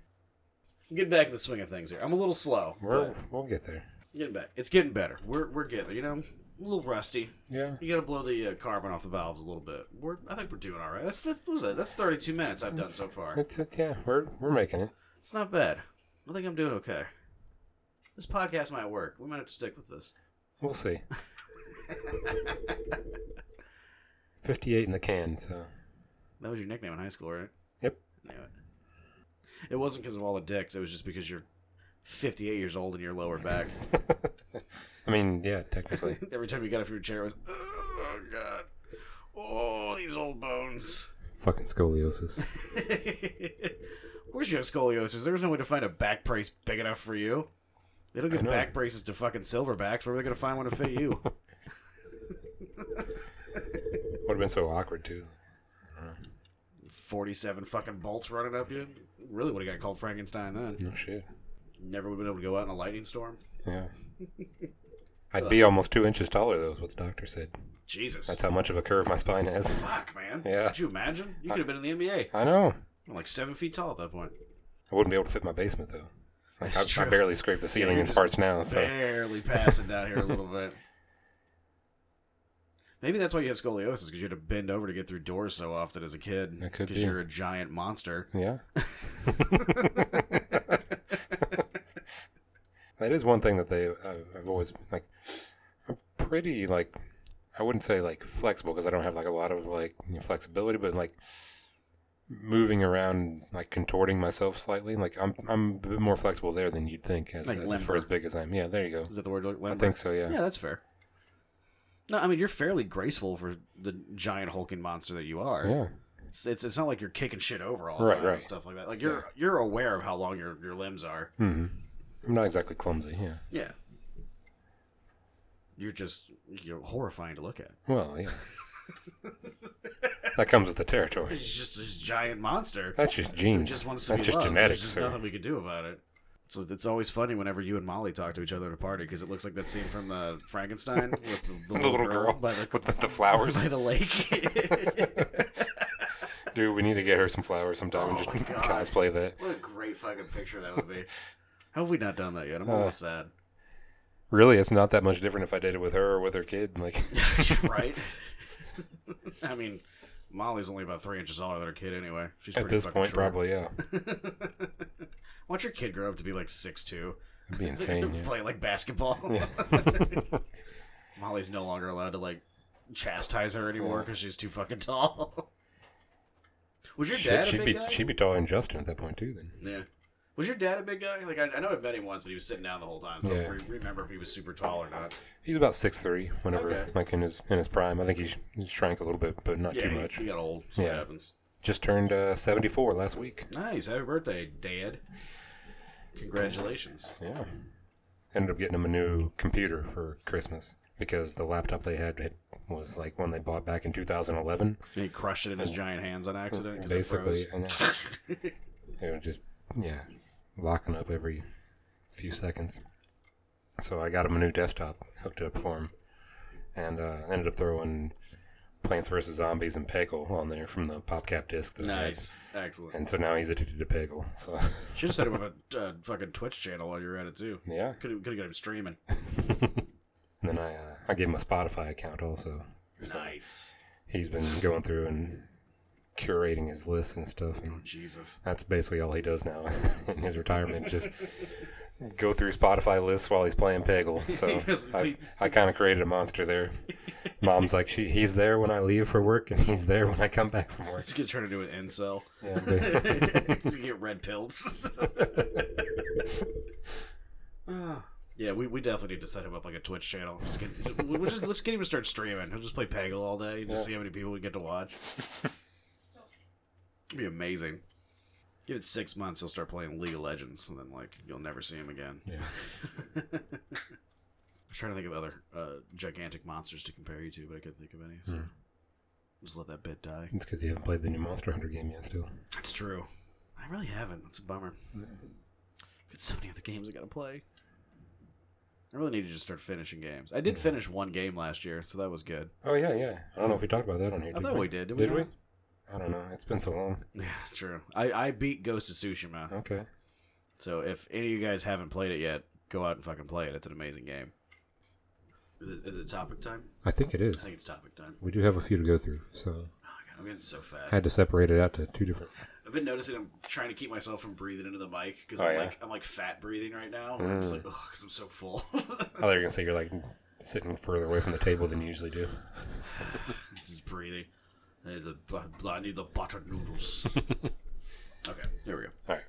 I'm getting back in the swing of things here. I'm a little slow. We're, but we'll get there. getting back. It's getting better. We're we're getting there. You know, I'm a little rusty. Yeah. You gotta blow the uh, carbon off the valves a little bit. We're, I think we're doing all right. That's that was that. That's 32 minutes I've done so far. It's, it's yeah, we're we're making it. It's not bad. I think I'm doing okay. This podcast might work. We might have to stick with this. We'll see. Fifty-eight in the can. So That was your nickname in high school, right? Yep. I knew it. It wasn't because of all the dicks. It was just because you're 58 years old and your lower back. I mean, yeah, technically. Every time you got up from your chair, it was, oh god, oh these old bones. Fucking scoliosis. of course you have scoliosis. There was no way to find a back brace big enough for you. They don't I give know. back braces to fucking silverbacks. Where are they going to find one to fit you? Would have been so awkward too. 47 fucking bolts running up you? Really would have got called Frankenstein then. No shit. Never would have been able to go out in a lightning storm. Yeah. I'd be almost two inches taller though, is what the doctor said. Jesus. That's how much of a curve my spine has. Fuck, man. Yeah. Could you imagine? You could have been in the NBA. I know. I'm like seven feet tall at that point. I wouldn't be able to fit my basement though. Like That's I, I true. barely scrape the ceiling you're in just parts now. So Barely passing down here a little bit. Maybe that's why you have scoliosis, because you had to bend over to get through doors so often as a kid. That could Because be. you're a giant monster. yeah. that is one thing that they I- I've always like. I'm pretty like I wouldn't say like flexible because I don't have like a lot of like you know, flexibility, but like moving around, like contorting myself slightly. Like I'm I'm a bit more flexible there than you'd think as, Like as for limber. as big as I'm. Yeah, there you go. Is that the word? I Limber? think so. Yeah. Yeah, that's fair. No, I mean you're fairly graceful for the giant hulking monster that you are. Yeah. It's, it's it's not like you're kicking shit over all the Right, time right. and stuff like that. Like you're you're aware of how long your your limbs are. Hmm. I'm not exactly clumsy. Yeah. Yeah. You're just you're horrifying to look at. Well, yeah. that comes with the territory. It's just this giant monster. That's just It genes. just wants to That's be just loved. genetics. There's just sir. nothing we can do about it. So it's always funny whenever you and Molly talk to each other at a party because it looks like that scene from uh, Frankenstein with the, the the little girl by the with the, the flowers. by the lake. Dude, we need to get her some flowers sometime Oh and my just God. cosplay that. What a great fucking picture that would be. How have we not done that yet? Uh. I'm almost sad. Really, it's not that much different if I did it with her or with her kid. Like, right? I mean, Molly's only about three inches taller than her kid anyway. She's at pretty this fucking point, short. probably, yeah. Watch your kid grow up to be like 6'2. It'd be insane. Yeah. Play like basketball. Molly's no longer allowed to like chastise her anymore because she's too fucking tall. Was your Shit, dad a she'd big be guy? she'd be taller than Justin at that point too. Then Yeah. Was your dad a big guy? Like I, I know I've met him once, but he was sitting down the whole time. So I Yeah. don't re- remember if he was super tall or not. he's about six three. Whenever, Okay. like in his in his prime, I think he's, he shrank a little bit, but not Yeah, too he- much. He, got old. So Yeah. It happens. Just turned uh, seventy four last week. Nice. Happy birthday, Dad. Congratulations. Yeah. Ended up getting him a new computer for Christmas because the laptop they had had- was like one they bought back in 2011. And he crushed it in his giant hands on accident because it Oh. Basically, froze. and it, it was just, yeah, locking up every few seconds. So I got him a new desktop, hooked it up for him, and uh, ended up throwing Plants vs. Zombies and Peggle on there from the PopCap disc that I had. Nice. Excellent. And so now he's addicted to Peggle. So, Should have set him up a uh, fucking Twitch channel while you were at it too. yeah. Could have got him streaming. And then I, uh, I gave him a Spotify account also. Nice. he's been going through and curating his lists and stuff and Jesus. that's basically all he does now in his retirement just go through spotify lists while he's playing peggle so Yes, i we- i kind of created a monster there mom's like she he's there when i leave for work and he's there when i come back from work He's gonna turn into an incel. yeah, but- to get red pills. Ah. yeah, we, we definitely need to set him up like a Twitch channel. Just get, just, we'll just, let's get him to start streaming. He'll just play Peggle all day and just see how many people we get to watch. It'd be amazing. Give it six months, he'll start playing League of Legends, and then like you'll never see him again. yeah. I'm trying to think of other uh, gigantic monsters to compare you to, but I couldn't think of any. So. Just let that bit die. It's because you haven't played the new Monster Hunter game yet, still. That's true. I really haven't. That's a bummer. Got so many other games I gotta play. I really need to just start finishing games. I did finish one game last year, so that was good. Oh yeah, yeah. I don't know if we talked about that on here. I did thought we did. Did we? Did not? I don't know. It's been so long. Yeah, true. I, I beat Ghost of Tsushima. Okay. So if any of you guys haven't played it yet, go out and fucking play it. It's an amazing game. Is it, is it topic time? I think it I is. think it's topic time. We do have a few to go through, so Oh, God, I'm getting so fat. had to separate it out to two different. I've been noticing I'm trying to keep myself from breathing into the mic because Oh, I'm yeah? like I'm like fat breathing right now. I'm just like oh, because I'm so full. I thought you were gonna say you're like sitting further away from the table than you usually do. just breathing. I need the bu- I need the buttered noodles. okay, there we go. All right.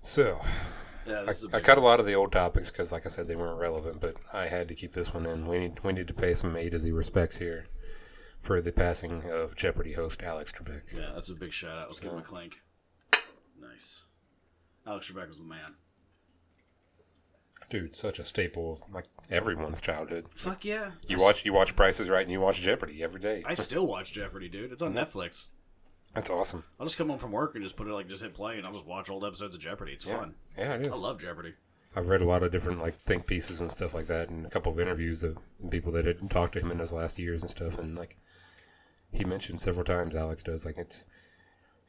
So Yeah, I, this is a I big cut a lot of the old topics because, like I said, they weren't relevant. But I had to keep this one in. We need we need to pay some A to Z respects here for the passing of Jeopardy host Alex Trebek. yeah, that's a big shout out. Let's give him a clink. Nice. Alex Trebek was the man. Dude, such a staple of like everyone's childhood. Fuck yeah. You watch you watch Prices Right and you watch Jeopardy every day. I still watch Jeopardy, dude. It's on Netflix. That's awesome. I'll just come home from work and just put it like just hit play and I'll just watch old episodes of Jeopardy. It's fun. Yeah, it I is. love Jeopardy. I've read a lot of different like think pieces and stuff like that, and a couple of interviews of people that had talked to him in his last years and stuff, and like he mentioned several times, Alex does like it's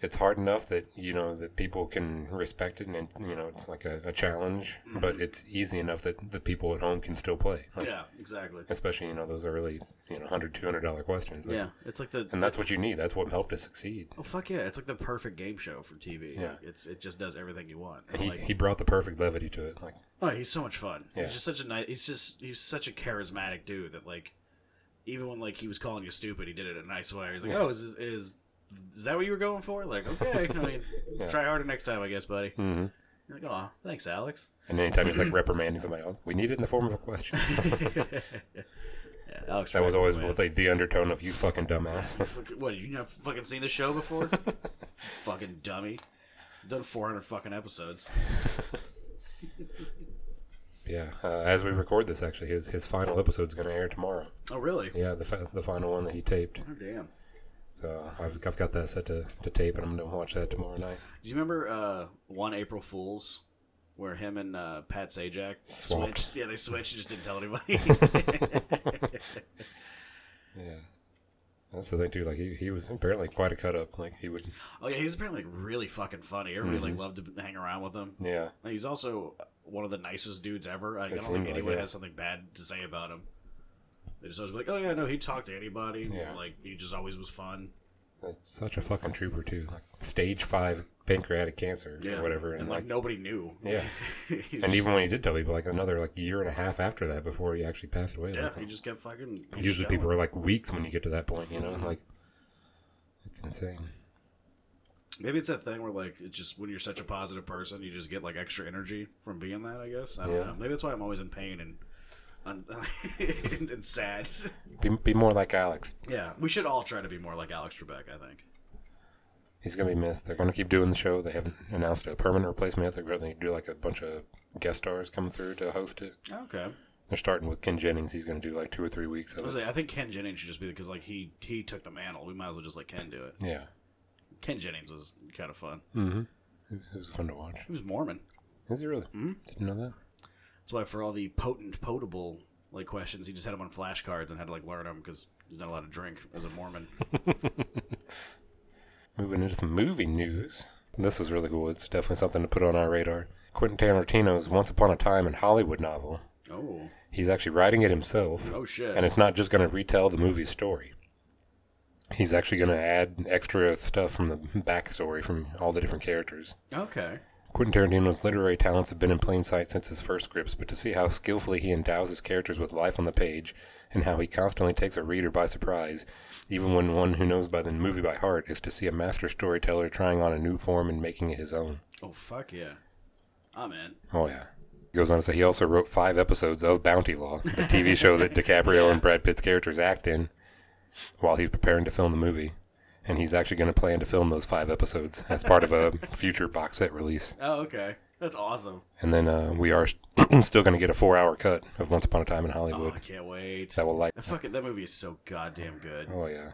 it's hard enough that you know that people can respect it, and you know it's like a, a challenge, but it's easy enough that the people at home can still play. Like, Mm-hmm. Yeah, exactly. Especially you know those early you know hundred two hundred dollar questions. Like, Yeah, it's like the And that's what you need. That's what helped us succeed. oh fuck yeah, it's like the perfect game show for TV. Yeah. it's it just does everything you want. He, Like, he brought the perfect levity to it. Like oh, he's so much fun. Yeah. He's just such a nice. He's just he's such a charismatic dude that like, even when like he was calling you stupid, he did it in a nice way. He's like, Yeah. oh, is this, is is that what you were going for? Like, okay, I mean, Yeah. try harder next time, I guess, buddy. mm-hmm. You're like, oh, thanks, Alex. And anytime he's like reprimanding somebody else, we need it in the form of a question. yeah, Alex That was Trebek always the man. with like the undertone of "you fucking dumbass." Fuck- What you not fucking seen the show before? fucking dummy. Done four hundred fucking episodes. yeah. Uh, as we record this, actually, his his final episode's going to air tomorrow. Oh really? Yeah, the fi- the final one that he taped. Oh damn. So I've, I've got that set to, to tape, and I'm going to watch that tomorrow night. Do you remember uh, one April Fools where him and uh, Pat Sajak Swapped. switched? Yeah, they switched and just didn't tell anybody. Yeah. That's the thing too. Like he, he was apparently quite a cut up. Like he would. oh yeah, he's apparently like, really fucking funny. Everybody Mm-hmm. like loved to hang around with him. Yeah. And he's also one of the nicest dudes ever. Like, I It don't seemed think like anyone it. has something bad to say about him. They just always be like, oh yeah, no, he talked to anybody. Yeah. Like he just always was fun. Like, such a fucking trooper too. Like stage five pancreatic cancer or whatever, and, And like. like nobody knew. Yeah. He and just- even when he did tell people, like another like year and a half after that, before he actually passed away, yeah, like, he just kept fucking. he Mm-hmm. just usually people going. are like weeks when you get to that point you know like it's insane Maybe it's that thing where like it's just when you're such a positive person, you just get like extra energy from being that. I guess I don't Yeah. know. Maybe that's why I'm always in pain and un- and, and sad. be, be more like alex yeah, we should all try to be more like Alex Trebek. I think. he's gonna be missed they're gonna keep doing the show they haven't announced a permanent replacement they're gonna do like a bunch of guest stars coming through to host it Okay. they're starting with ken jennings he's gonna do like two or three weeks I, of was it like, I think Ken Jennings should just be because like he he took the mantle. We might as well just let Ken do it. yeah Ken Jennings was kind of fun. mm-hmm it was fun to watch. He was Mormon. Is he really? Mhm. Didn't know that. That's why for all the potent, potable like questions, he just had them on flashcards and had to like learn them because he's not allowed to drink as a Mormon. Moving into some movie news. This is really cool. It's definitely something to put on our radar. Quentin Tarantino's Once Upon a Time in Hollywood novel. oh, He's actually writing it himself. oh shit! and it's not just going to retell the movie's story. He's actually going to add extra stuff from the backstory from all the different characters. okay. Quentin Tarantino's literary talents have been in plain sight since his first scripts, but to see how skillfully he endows his characters with life on the page, and how he constantly takes a reader by surprise, even when one who knows by the movie by heart, is to see a master storyteller trying on a new form and making it his own. Oh fuck yeah! I'm in. Oh yeah. He goes on to say he also wrote five episodes of Bounty Law, the TV show that DiCaprio and Brad Pitt's characters act in, while he's preparing to film the movie. And he's actually going to plan to film those five episodes as part of a future box set release. Oh okay, that's awesome. And then uh, we are still going to get a four-hour cut of Once Upon a Time in Oh, Hollywood I can't wait. that will light. That fucking that movie is so goddamn good. Oh yeah,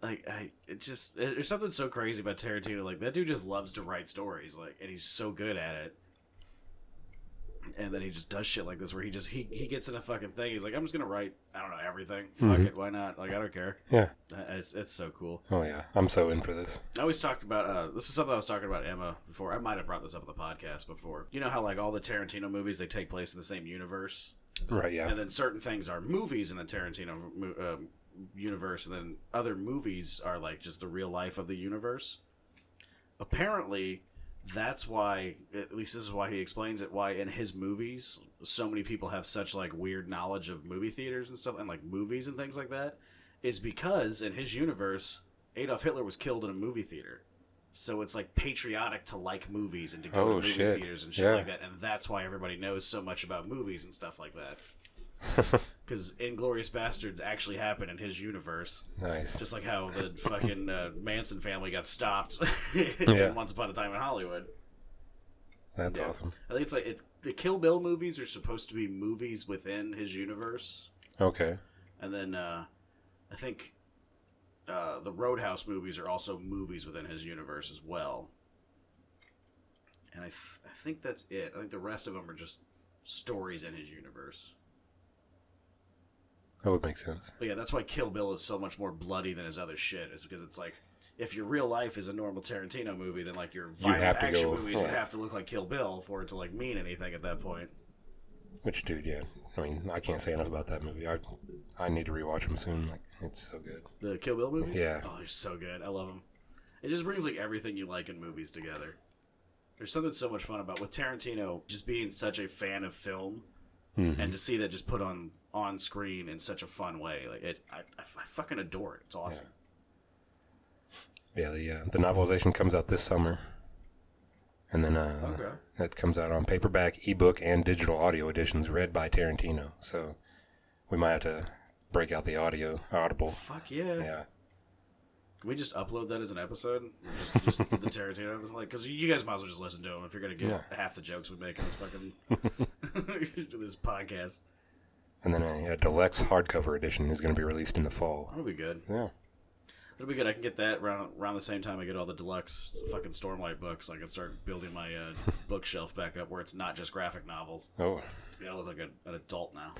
like I it just it- there's something so crazy about Tarantino. Like that dude just loves to write stories, like, and he's so good at it. And then he just does shit like this, where he just he, he gets in a fucking thing. He's like, I'm just gonna write, I don't know, everything. Fuck Mhm. it, why not? Like I don't care. Yeah. Uh, It's it's so cool. Oh yeah, I'm so in for this. I always talked about uh, this is something I was talking about Emma before. I might have brought this up on the podcast before. You know how like all the Tarantino movies they take place in the same universe, Right. Yeah. and then certain things are movies in the Tarantino mo- um, universe, and then other movies are like just the real life of the universe. Apparently, that's why at least this is why he explains it. Why in his movies, so many people have such like weird knowledge of movie theaters and stuff, and like movies and things like that, is because in his universe, Adolf Hitler was killed in a movie theater. So it's like patriotic to like movies and to go Oh, to movie shit. theaters and shit Yeah. like that, and that's why everybody knows so much about movies and stuff like that because Inglorious Bastards actually happened in his universe, Nice. just like how the fucking uh, Manson family got stopped Yeah. once upon a time in Hollywood. That's Yeah. awesome. I think it's like it's, the Kill Bill movies are supposed to be movies within his universe, Okay. and then uh, I think uh, the Roadhouse movies are also movies within his universe as well. And I, th- I think that's it. I think the rest of them are just stories in his universe. That would make sense. But yeah, that's why Kill Bill is so much more bloody than his other shit. Is because it's like if your real life is a normal Tarantino movie, then like your violent have to action go- movies would yeah. have to look like Kill Bill for it to like mean anything at that point. Which, dude, yeah. I mean, I can't say enough about that movie. I, I need to rewatch them soon. Like, it's so good. The Kill Bill movies, Yeah. oh, they're so good. I love them. It just brings like everything you like in movies together. There's something so much fun about with Tarantino just being such a fan of film Mhm. and to see that just put on on screen in such a fun way. Like it, I, I f- I fucking adore it. It's awesome. Yeah. The uh, the novelization comes out this summer, and then uh, Okay. that comes out on paperback, ebook, and digital audio editions, read by Tarantino. So, we might have to break out the audio audible. Fuck yeah. Yeah. Can we just upload that as an episode? Just, just the Tarantino episode? Like, because you guys might as well just listen to him if you're going to get Yeah. half the jokes we make on this fucking this podcast. And then a, a deluxe hardcover edition is going to be released in the fall. That'll be good. Yeah. That'll be good. I can get that around, around the same time I get all the deluxe fucking Stormlight books. I can start building my uh, bookshelf back up where it's not just graphic novels. Oh. I look like an, an adult now.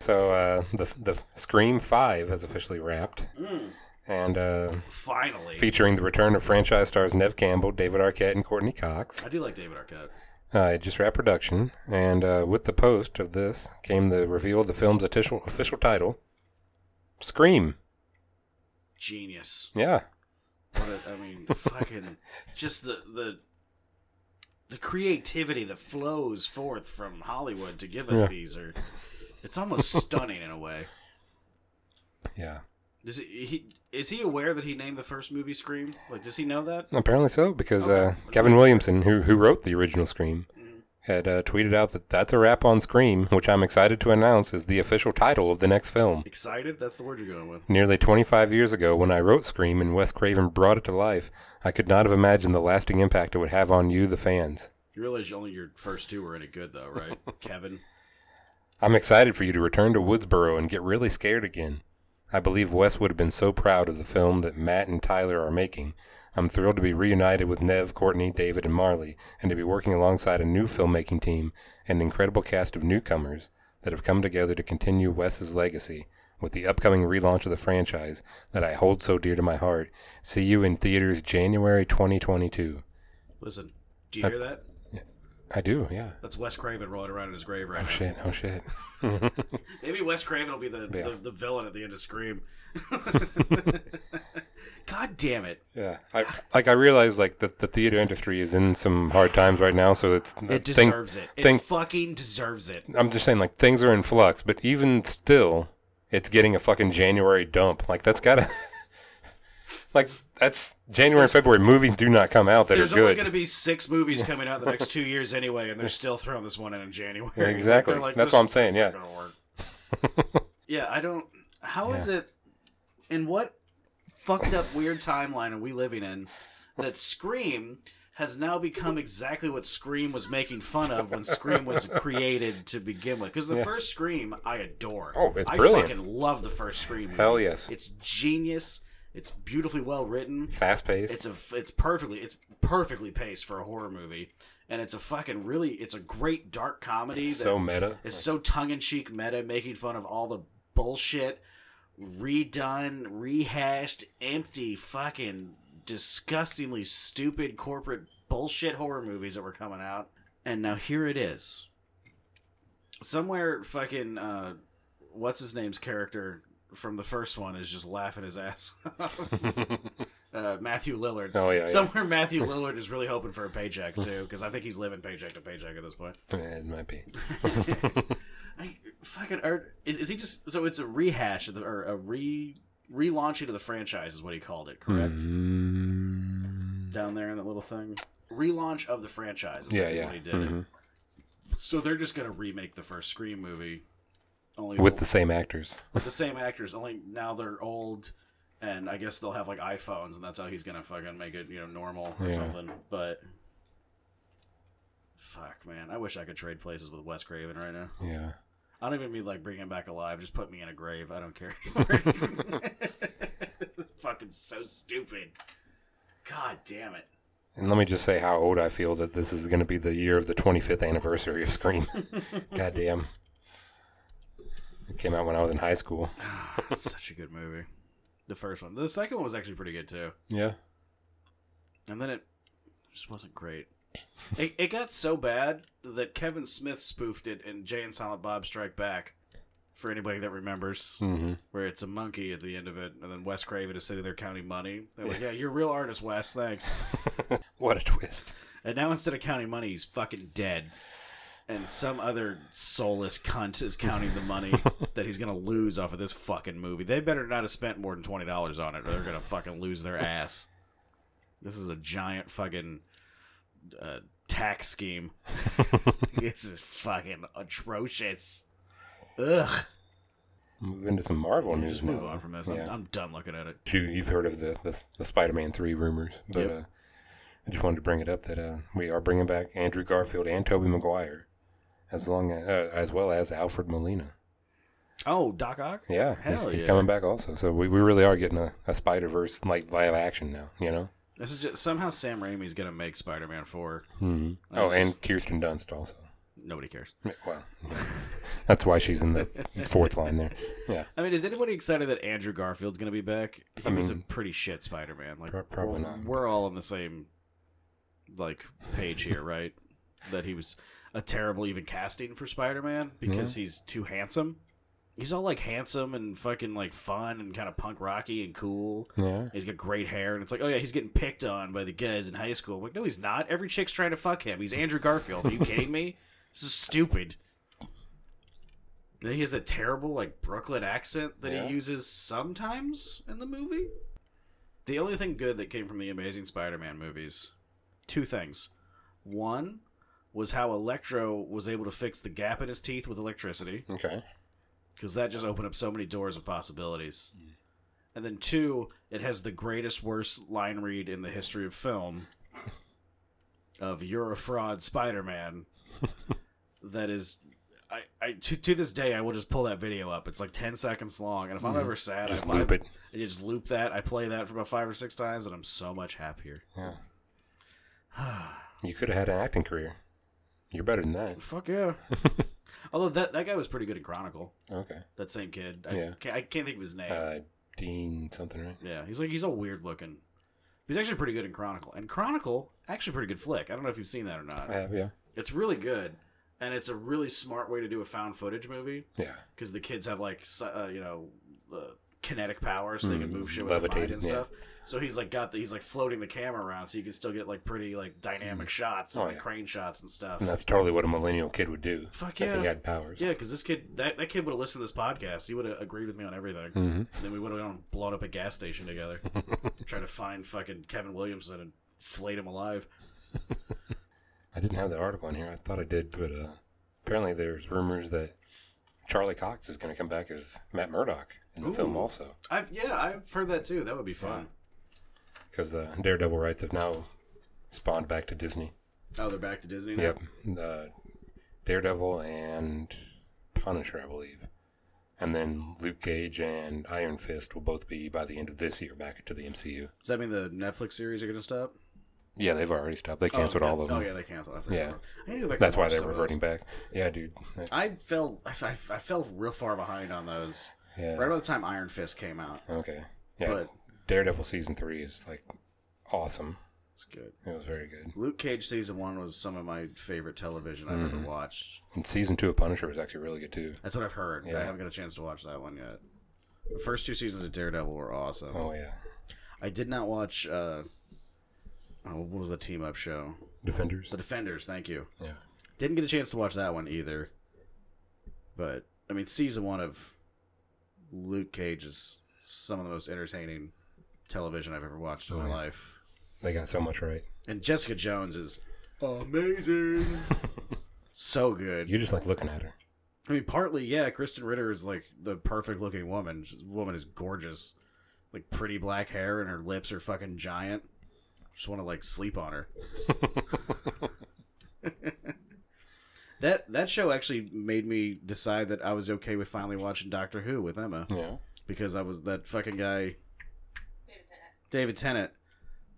So uh, the the Scream Five has officially wrapped, Mm. and uh, Finally. featuring the return of franchise stars Nev Campbell, David Arquette, and Courtney Cox. I do like David Arquette. Uh, it just wrapped production, and uh, with the post of this came the reveal of the film's official official title, Scream. Genius. Yeah, What a, I mean, fucking, just the the the creativity that flows forth from Hollywood to give us Yeah. these are it's almost stunning in a way. yeah. Does he, he is he aware that he named the first movie Scream? Like, does he know that? Apparently so, because uh, Okay. Kevin Williamson, who who wrote the original Scream, had uh, tweeted out that that's a wrap on Scream, which I'm excited to announce is the official title of the next film. Excited? That's the word you're going with. Nearly 25 years ago, when I wrote Scream and Wes Craven brought it to life, I could not have imagined the lasting impact it would have on you, the fans. You realize only your first two were any good though, right, Kevin? I'm excited for you to return to Woodsboro and get really scared again. I believe Wes would have been so proud of the film that Matt and Tyler are making. I'm thrilled to be reunited with Nev, Courtney, David, and Marley, and to be working alongside a new filmmaking team and an incredible cast of newcomers that have come together to continue Wes's legacy with the upcoming relaunch of the franchise that I hold so dear to my heart. See you in theaters January 2022. Listen, do you hear that? I do, yeah. That's Wes Craven rolling around in his grave right Oh now. shit, oh shit. Maybe Wes Craven will be the, Yeah. the, the villain at the end of Scream. God damn it. Yeah, I like I realize like the the theater industry is in some hard times right now, so it's It thing- deserves it. It Uh, think- fucking deserves it. I'm just saying like things are in flux, but even still, it's getting a fucking January dump. Like that's gotta like that's January and February movies do not come out that There's are only good. going to be six movies coming out in the next two years anyway, and they're still throwing this one in in January. Yeah, exactly. They're like, that's "This what I'm saying. Yeah, isn't gonna work." yeah, I don't. How is it? In what fucked up weird timeline are we living in that Scream has now become exactly what Scream was making fun of when Scream was created to begin with. Because the first Scream, I adore. Oh, it's I brilliant. fucking love the first Scream. movie. Hell yes. It's genius. It's beautifully well written. Fast paced. It's a it's perfectly it's perfectly paced for a horror movie, and it's a fucking really it's a great dark comedy that So meta. is so tongue in cheek meta, making fun of all the bullshit, redone, rehashed, empty, fucking disgustingly stupid corporate bullshit horror movies that were coming out, and now here it is. Somewhere fucking uh, what's his name's character from the first one is just laughing his ass off. uh, Matthew Lillard. Oh, yeah, yeah. Somewhere Matthew Lillard is really hoping for a paycheck too, because I think he's living paycheck to paycheck at this point. Eh, it might be. I fucking or is, is he just so it's a rehash of the, or a re relaunching of the franchise is what he called it, correct? Mm-hmm. Mm, Down there in that little thing, relaunch of the franchise. Is Yeah, what- is yeah. What he did. Mhm. So they're just gonna remake the first Scream movie, only With the same actors. with the same actors. Only now they're old, and I guess they'll have like iPhones, and that's how he's gonna fucking make it, you know, normal or Yeah. something. But fuck, man, I wish I could trade places with Wes Craven right now. Yeah. I don't even mean like bring him back alive. Just put me in a grave. I don't care. this is fucking so stupid. God damn it. And let me just say how old I feel that this is going to be the year of the 25th anniversary of Scream. Goddamn. It came out when I was in high school. It's such a good movie. The first one. The second one was actually pretty good too. Yeah. And then it just wasn't great. It, it got so bad that Kevin Smith spoofed it in Jay and Silent Bob Strike Back. For anybody that remembers, Mm-hmm. where it's a monkey at the end of it, and then Wes Craven is sitting there counting money. They're like, "Yeah, you're a real artist, Wes. Thanks." What a twist. And now instead of counting money, he's fucking dead. And some other soulless cunt is counting the money that he's gonna lose off of this fucking movie. They better not have spent more than twenty dollars on it, or they're gonna fucking lose their ass. This is a giant fucking uh, tax scheme. this is fucking atrocious. Ugh. Move into some Marvel news. Just move now. on from this. I'm, Yeah. I'm done looking at it. You, you've heard of the, the, the Spider Man 3 rumors, but Yep. uh, I just wanted to bring it up that uh, we are bringing back Andrew Garfield and Tobey Maguire, as, long as, uh, as well as Alfred Molina. Oh, Doc Ock. Yeah, he's, Hell he's yeah. coming back also. So we, we really are getting a, a Spider Verse like live action now. You know. This is just somehow Sam Raimi's gonna make Spider-Man Four. Mm-hmm. Oh, Nice. and Kirsten Dunst also. Nobody cares. Yeah, Well, yeah. that's why she's in the fourth line there. Yeah, I mean, is anybody excited that Andrew Garfield's going to be back? He I was a mean, pretty shit Spider-Man. Like, Mm-hmm. pro- probably we're, not. We're all on the same like page here, right? that he was a terrible even casting for Spider-Man because he's too handsome. He's all like handsome and fucking like fun and kind of punk rocky and cool. yeah. He's got great hair, and it's like, oh yeah, he's getting picked on by the guys in high school. I'm like, no, he's not. Every chick's trying to fuck him. He's Andrew Garfield. Are you kidding me? This is stupid. Then he has a terrible like Brooklyn accent that Yeah. he uses sometimes in the movie. The only thing good that came from the Amazing Spider-Man movies, two things. One was how Electro was able to fix the gap in his teeth with electricity Okay. because that just opened up so many doors of possibilities. And then two, it has the greatest worst line read in the history of film of "You're a fraud, Spider-Man." that is, I, I to, to this day I will just pull that video up. It's like ten seconds long, and if I'm ever sad, Mm-hmm. Just I, I, loop it. I just loop that. I play that for about five or six times, and I'm so much happier. Yeah. You could have had an acting career. You're better than that. Fuck yeah! Although that that guy was pretty good in Chronicle. Okay. That same kid. I, Yeah. can't, I can't think of his name. Uh, Dean something, right? Yeah, he's like he's all weird looking. He's actually pretty good in Chronicle, and Chronicle actually a pretty good flick. I don't know if you've seen that or I not. have. Yeah. It's really good, and it's a really smart way to do a found footage movie Yeah. because the kids have like s- uh, you know uh, kinetic power, so they can Mm, move shit with their mind levitated, and yeah. stuff. So he's like got the, he's like floating the camera around, so you can still get like pretty like dynamic shots, and, Oh, like yeah. crane shots and stuff. And that's totally what a millennial kid would do. Fuck If yeah. he had powers. Yeah, because this kid that, that kid would have listened to this podcast. He would have agreed with me on everything. Mm-hmm. And then we would have gone and blown up a gas station together, trying to find fucking Kevin Williamson and flayed him alive. I didn't have the article on here. I thought I did, but uh, apparently there's rumors that Charlie Cox is going to come back as Matt Murdock in the film Ooh. also, I've yeah, I've heard that too. That would be fun. because uh, Daredevil rights have now spawned back to Disney. Oh, they're back to Disney. now? Yep. The Daredevil and Punisher, I believe. And then Luke Cage and Iron Fist will both be by the end of this year back to the MCU. Does that mean the Netflix series are going to stop? Yeah, they've already stopped. They canceled oh, all of Oh them. yeah, they canceled. I forgot. Yeah. I need to go back. That's and why watch they're some of reverting back. Yeah, dude. those. I fell. I, I, I fell real far behind on those. Yeah. Right about the time Iron Fist came out. Okay. Yeah. But- Daredevil season three is like awesome. It's good. It was very good. Luke Cage season one was some of my favorite television I've Mm-hmm. ever watched. And season two of Punisher was actually really good too. That's what I've heard. but I Yeah. haven't got a chance to watch that one yet. The first two seasons of Daredevil were awesome. Oh yeah. I did not watch. Uh, oh, what was the team up show? Defenders. The Defenders. Thank you. Yeah. Didn't get a chance to watch that one either. But I mean, season one of Luke Cage is some of the most entertaining television I've ever watched in my yeah. life. They got so much right. And Jessica Jones is amazing. so good. You just like looking at her. I mean, partly, yeah. Kristen Ritter is like the perfect looking woman. She's- woman is gorgeous, like pretty black hair, and her lips are fucking giant. Just want to like sleep on her. that that show actually made me decide that I was okay with finally watching Doctor Who with Emma Yeah. because I was that fucking guy, David Tennant,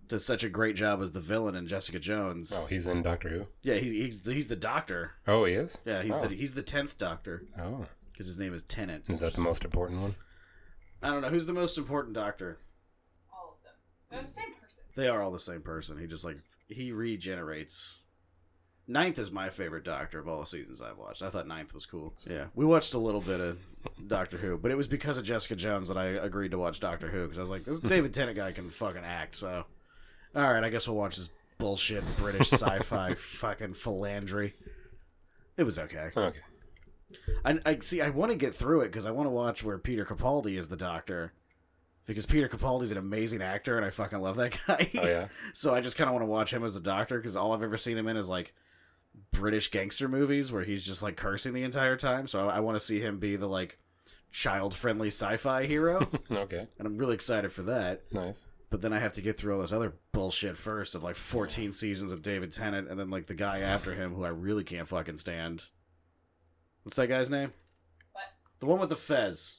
does such a great job as the villain in Jessica Jones. Oh, he's in Doctor Who. Yeah, he, he's the, he's the Doctor. Oh, he is. Yeah, he's Oh. the he's the tenth Doctor Oh, because his name is Tennant. is that the most important one? I don't know who's the most important doctor. All of them. They're the same person. They are all the same person. He just like he regenerates. Ninth is my favorite Doctor of all the seasons I've watched. I thought Ninth was cool. Yeah, we watched a little bit of Doctor Who, but it was because of Jessica Jones that I agreed to watch Doctor Who because I was like, this David Tennant guy can fucking act. So, all right, I guess we'll watch this bullshit British sci-fi fucking philandry. It was okay. Okay. I, I see. I want to get through it because I want to watch where Peter Capaldi is the Doctor, because Peter Capaldi's an amazing actor, and I fucking love that guy. Oh yeah. so I just kind of want to watch him as the Doctor because all I've ever seen him in is like British gangster movies where he's just like cursing the entire time. So I, I want to see him be the like child-friendly sci-fi hero, okay. and I'm really excited for that. Nice. But then I have to get through all this other bullshit first of like 14 seasons of David Tennant, and then like the guy after him who I really can't fucking stand. What's that guy's name? But The one with the fez.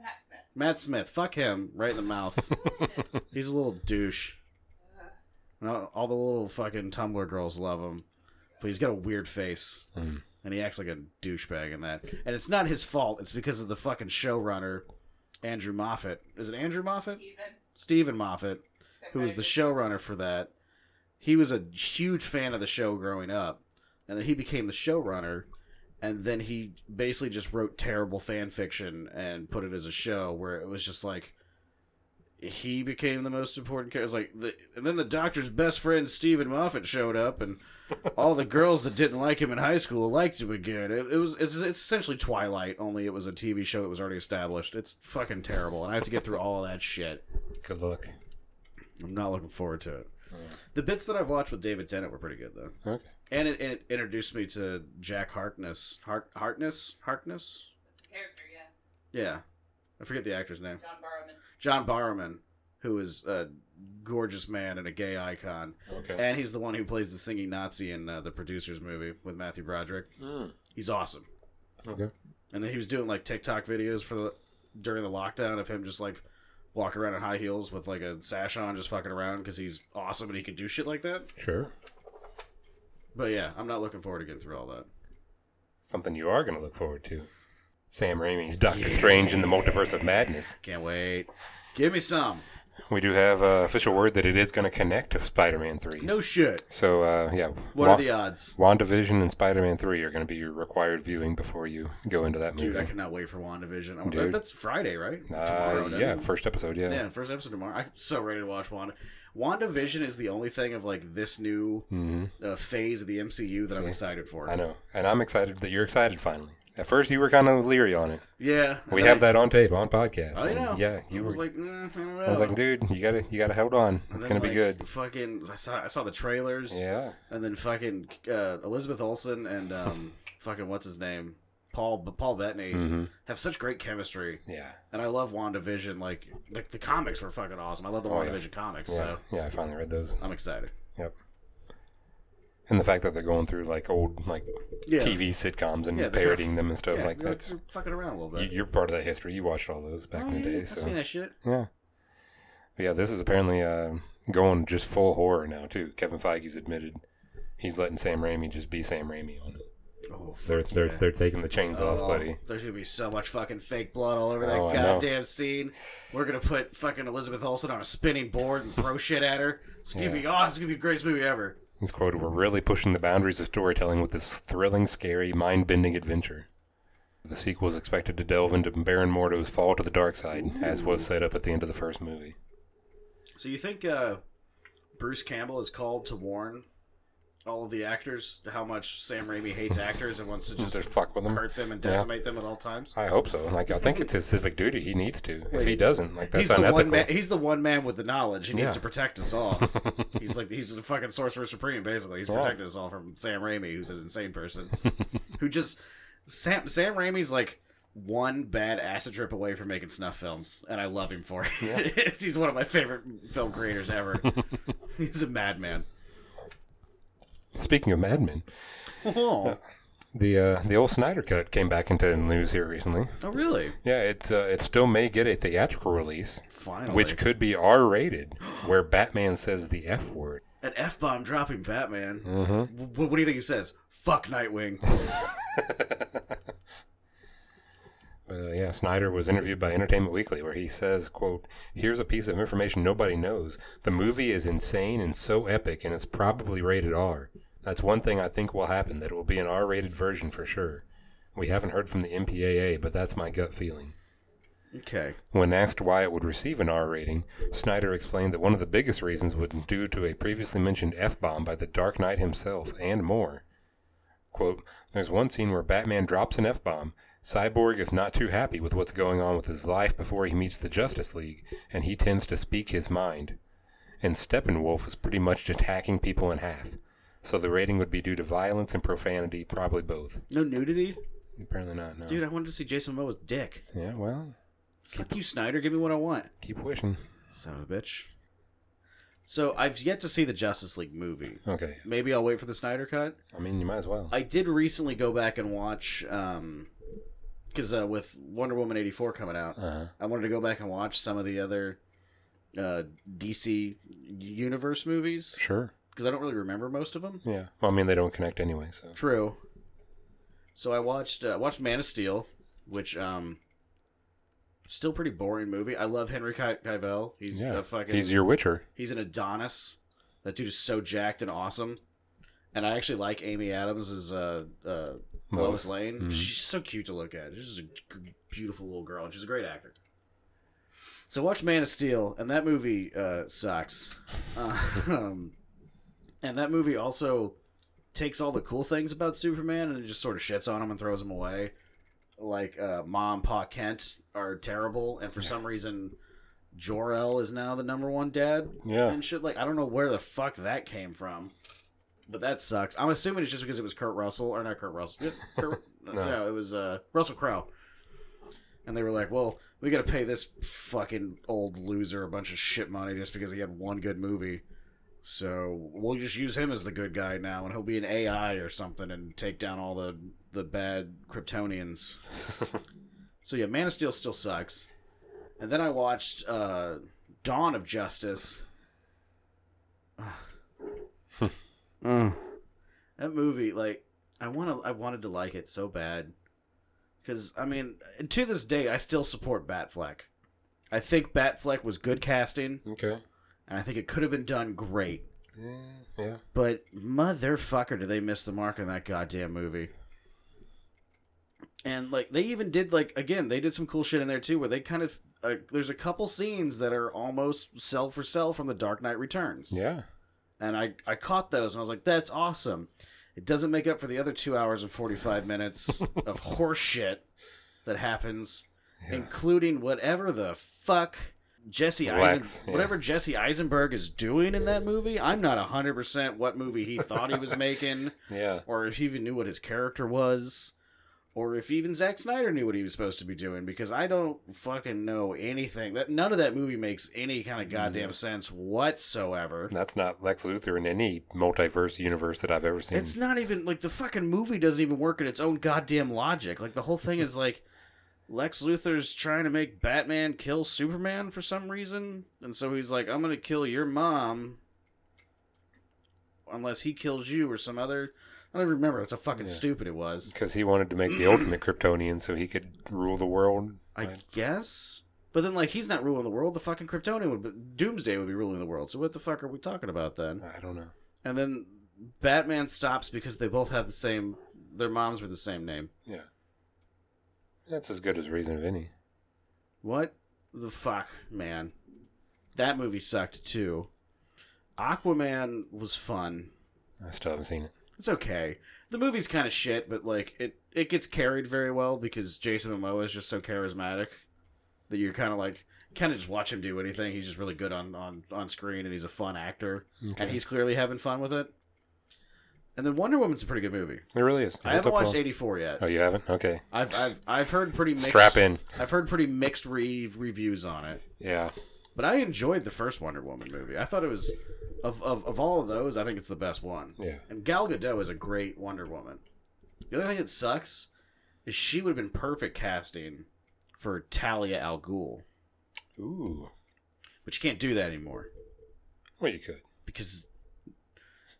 Matt Smith. Matt Smith. Fuck him right in the mouth. He's a little douche. And all all the little fucking Tumblr girls love him. But he's got a weird face. Mm. And he acts like a douchebag in that. And it's not his fault. It's because of the fucking showrunner, Andrew Moffat. Is it Andrew Moffat? Steven. Stephen Moffat, who was the Somebody- showrunner for that. He was a huge fan of the show growing up. And then he became the showrunner. And then he basically just wrote terrible fan fiction and put it as a show where it was just like he became the most important character. Like, the, and then the doctor's best friend Stephen Moffat showed up, and all the girls that didn't like him in high school liked him again. It, it was it's, it's essentially Twilight, only it was a TV show that was already established. It's fucking terrible, and I have to get through all that shit. Good luck. I'm not looking forward to it. The bits that I've watched with David Tennant were pretty good though, Okay. and it, it introduced me to Jack Harkness. Hark, Harkness, Harkness. That's the character, yeah. Yeah, I forget the actor's name. John Barrowman. John Barrowman, who is a gorgeous man and a gay icon, Okay. and he's the one who plays the singing Nazi in uh, the producers movie with Matthew Broderick. Mm. He's awesome. Okay. And then he was doing like TikTok videos for the during the lockdown of him just like walking around in high heels with like a sash on, just fucking around because he's awesome and he can do shit like that. Sure. But yeah, I'm not looking forward to getting through all that. Something you are gonna look forward to. Sam Raimi's Doctor Strange in the Multiverse of Madness. Can't wait. Give me some. We do have uh, official word that it is gonna connect to Spider-Man Three. No shit. So uh, yeah. What Wa- are the odds? WandaVision and Spider-Man Three are gonna be your required viewing before you go into that Dude, I movie. cannot wait for WandaVision. I, that, Dude. that's Friday, right? uh, no? yeah, first episode. Yeah. Yeah, first episode tomorrow. I'm so ready to watch Wanda. WandaVision is the only thing of like this new Mm-hmm. uh, phase of the MCU that I'm excited for. I know, and I'm excited that you're excited finally. At first, you were kind of leery on it. Yeah, We I- have that on tape on podcast. I and know. Yeah, you I were. was like, "Oh." nah, I don't know. I was like, dude, you gotta, you gotta hold on. It's gonna be good. Fucking, I saw, I saw the trailers. Yeah. And then fucking uh, Elizabeth Olsen and um, fucking what's his name, Paul Paul Bettany hmm have such great chemistry, Yeah. and I love WandaVision. Like like the comics were fucking awesome. I love the Oh, yeah. WandaVision comics, Yeah. so yeah, I finally read those. I'm excited. And the fact that they're going through like old like Yeah, TV sitcoms and Yeah, they're parodying them and stuff yeah, like they're that. fucking around a little bit. You, you're part of that history. You watched all those back Oh, in the yeah, day. I've So seen that shit. yeah, but yeah. This is apparently uh, going just full horror now too. Kevin Feige's admitted he's letting Sam Raimi just be Sam Raimi on it. Oh, fuck They're they're yeah. they're taking the chains off, Oh, buddy. There's gonna be so much fucking fake blood all over that Oh, I know. goddamn scene. We're gonna put fucking Elizabeth Olsen on a spinning board and throw shit at her. It's gonna Yeah. be oh, it's gonna be the greatest movie ever. He's quoted, "We're really pushing the boundaries of storytelling with this thrilling, scary, mind-bending adventure." The sequel is expected to delve into Baron Mordo's fall to the dark side, as was set up at the end of the first movie. So you think uh, Bruce Campbell is called to warn all of the actors how much Sam Raimi hates actors and wants to Just, just fuck with them. hurt them and Yeah. decimate them at all times? I hope so. Like I think it's his civic duty. He needs to. If he doesn't, like that's he's the unethical. one man. He's the one man with the knowledge. He needs Yeah. to protect us all. he's like he's the fucking sorcerer supreme. Basically, he's Yeah. protecting us all from Sam Raimi, who's an insane person, who just Sam Sam Raimi's like one bad acid trip away from making snuff films, and I love him for it. he's one of my favorite film creators ever. he's a madman. Speaking of Mad Men, Oh, the uh, the old Snyder cut came back into the news here recently. oh really? Yeah, it's uh, it still may get a theatrical release, Finally, which could be R rated, where Batman says the F word. an f bomb dropping Batman. Mm-hmm. W- what do you think he says? Fuck Nightwing. Uh, yeah, Snyder was interviewed by Entertainment Weekly where he says, quote, Here's a piece of information nobody knows. The movie is insane and so epic, and it's probably rated R. That's one thing I think will happen, that it will be an R rated version for sure. We haven't heard from the MPAA, but that's my gut feeling. okay. When asked why it would receive an R rating, Snyder explained that one of the biggest reasons was due to a previously mentioned F bomb by the Dark Knight himself and more. Quote, There's one scene where Batman drops an F bomb. Cyborg is not too happy with what's going on with his life before he meets the Justice League, and he tends to speak his mind. And Steppenwolf was pretty much just hacking people in half. So the rating would be due to violence and profanity, probably both. No nudity. Apparently not, no. Dude, I wanted to see Jason Momoa's dick. Yeah, well, Fuck you, Snyder. Give me what I want. keep wishing. Son of a bitch. So I've yet to see the Justice League movie. Okay, Maybe I'll wait for the Snyder cut. I mean, you might as well. I did recently go back and watch, um, because uh, with Wonder Woman eighty four coming out, Uh-huh. I wanted to go back and watch some of the other uh, DC universe movies Sure. because I don't really remember most of them. Yeah. Well, I mean, they don't connect anyway, so. True. So I watched uh, watched Man of Steel, which um, still pretty boring movie. I love Henry Ki- Cavill. He's Yeah. a fucking He's your Witcher. He's an Adonis. That dude is so jacked and awesome. And I actually like Amy Adams as uh, uh, Lois. Lois. Lane. Mhm. She's so cute to look at. She's just a g- beautiful little girl, and she's a great actor. So watch Man of Steel, and that movie uh, sucks. um, and that movie also takes all the cool things about Superman and just sort of shits on him and throws him away. Like uh, Mom, Pa Kent are terrible, and for some reason, Jor El is now the number one dad Yeah. and shit. Like, I don't know where the fuck that came from, but that sucks. I'm assuming it's just because it was Kurt Russell or not Kurt Russell. Yeah, Kurt, no. it was uh, Russell Crowe. And they were like, "Well, we got to pay this fucking old loser a bunch of shit money just because he had one good movie." So we'll just use him as the good guy now, and he'll be an AI or something and take down all the the bad Kryptonians. so yeah, Man of Steel still sucks. And then I watched uh, Dawn of Justice. Ugh. That movie, like, I want to, I wanted to like it so bad, because I mean, to this day, I still support Batfleck. I think Batfleck was good casting, Okay. and I think it could have been done great. Yeah. Yeah. But motherfucker, did they miss the mark on that goddamn movie? And like they even did like again, they did some cool shit in there too, where they kind of uh, there's a couple scenes that are almost cell for cell from The Dark Knight Returns, Yeah. and I I caught those and I was like, that's awesome. It doesn't make up for the other two hours and forty five minutes of horse shit that happens, Yeah. including whatever the fuck. Jesse Lex, Eisen- yeah. whatever Jesse Eisenberg is doing in that movie, I'm not 100% what movie he thought he was making Yeah. or if he even knew what his character was or if even Zack Snyder knew what he was supposed to be doing, because I don't fucking know anything. That none of that movie makes any kind of goddamn No. sense whatsoever. That's not Lex Luthor in any multiverse universe that I've ever seen. It's not even like the fucking movie doesn't even work in its own goddamn logic. Like the whole thing is like Lex Luthor's trying to make Batman kill Superman for some reason, and so he's like, "I'm gonna kill your mom," unless he kills you or some other. I don't even remember. That's how fucking Yeah. stupid it was. because he wanted to make the ultimate Kryptonian so he could rule the world. I Right. guess. But then, like, he's not ruling the world. The fucking Kryptonian would, be- Doomsday would be ruling the world. So what the fuck are we talking about then? I don't know. And then Batman stops because they both have the same. Their moms were the same name. Yeah, that's as good as reason of any. What the fuck, man? That movie sucked too. Aquaman was fun. I still haven't seen it. It's okay. The movie's kind of shit, but like it, it gets carried very well because Jason Momoa is just so charismatic that you're kind of like kind of just watch him do anything. He's just really good on on on screen and he's a fun actor and he's clearly having fun with it. And then Wonder Woman's a pretty good movie. It really is. I Holds haven't up watched well. '84 yet. Oh, you haven't? Okay. I've I've I've heard pretty mixed, Strap in. I've heard pretty mixed re- reviews on it. Yeah. But I enjoyed the first Wonder Woman movie. I thought it was of of, of all of those, I think it's the best one. Yeah. And Gal Gadot is a great Wonder Woman. The only thing that sucks is she would have been perfect casting for Talia al Ghul, Ooh. but you can't do that anymore Well, you could. because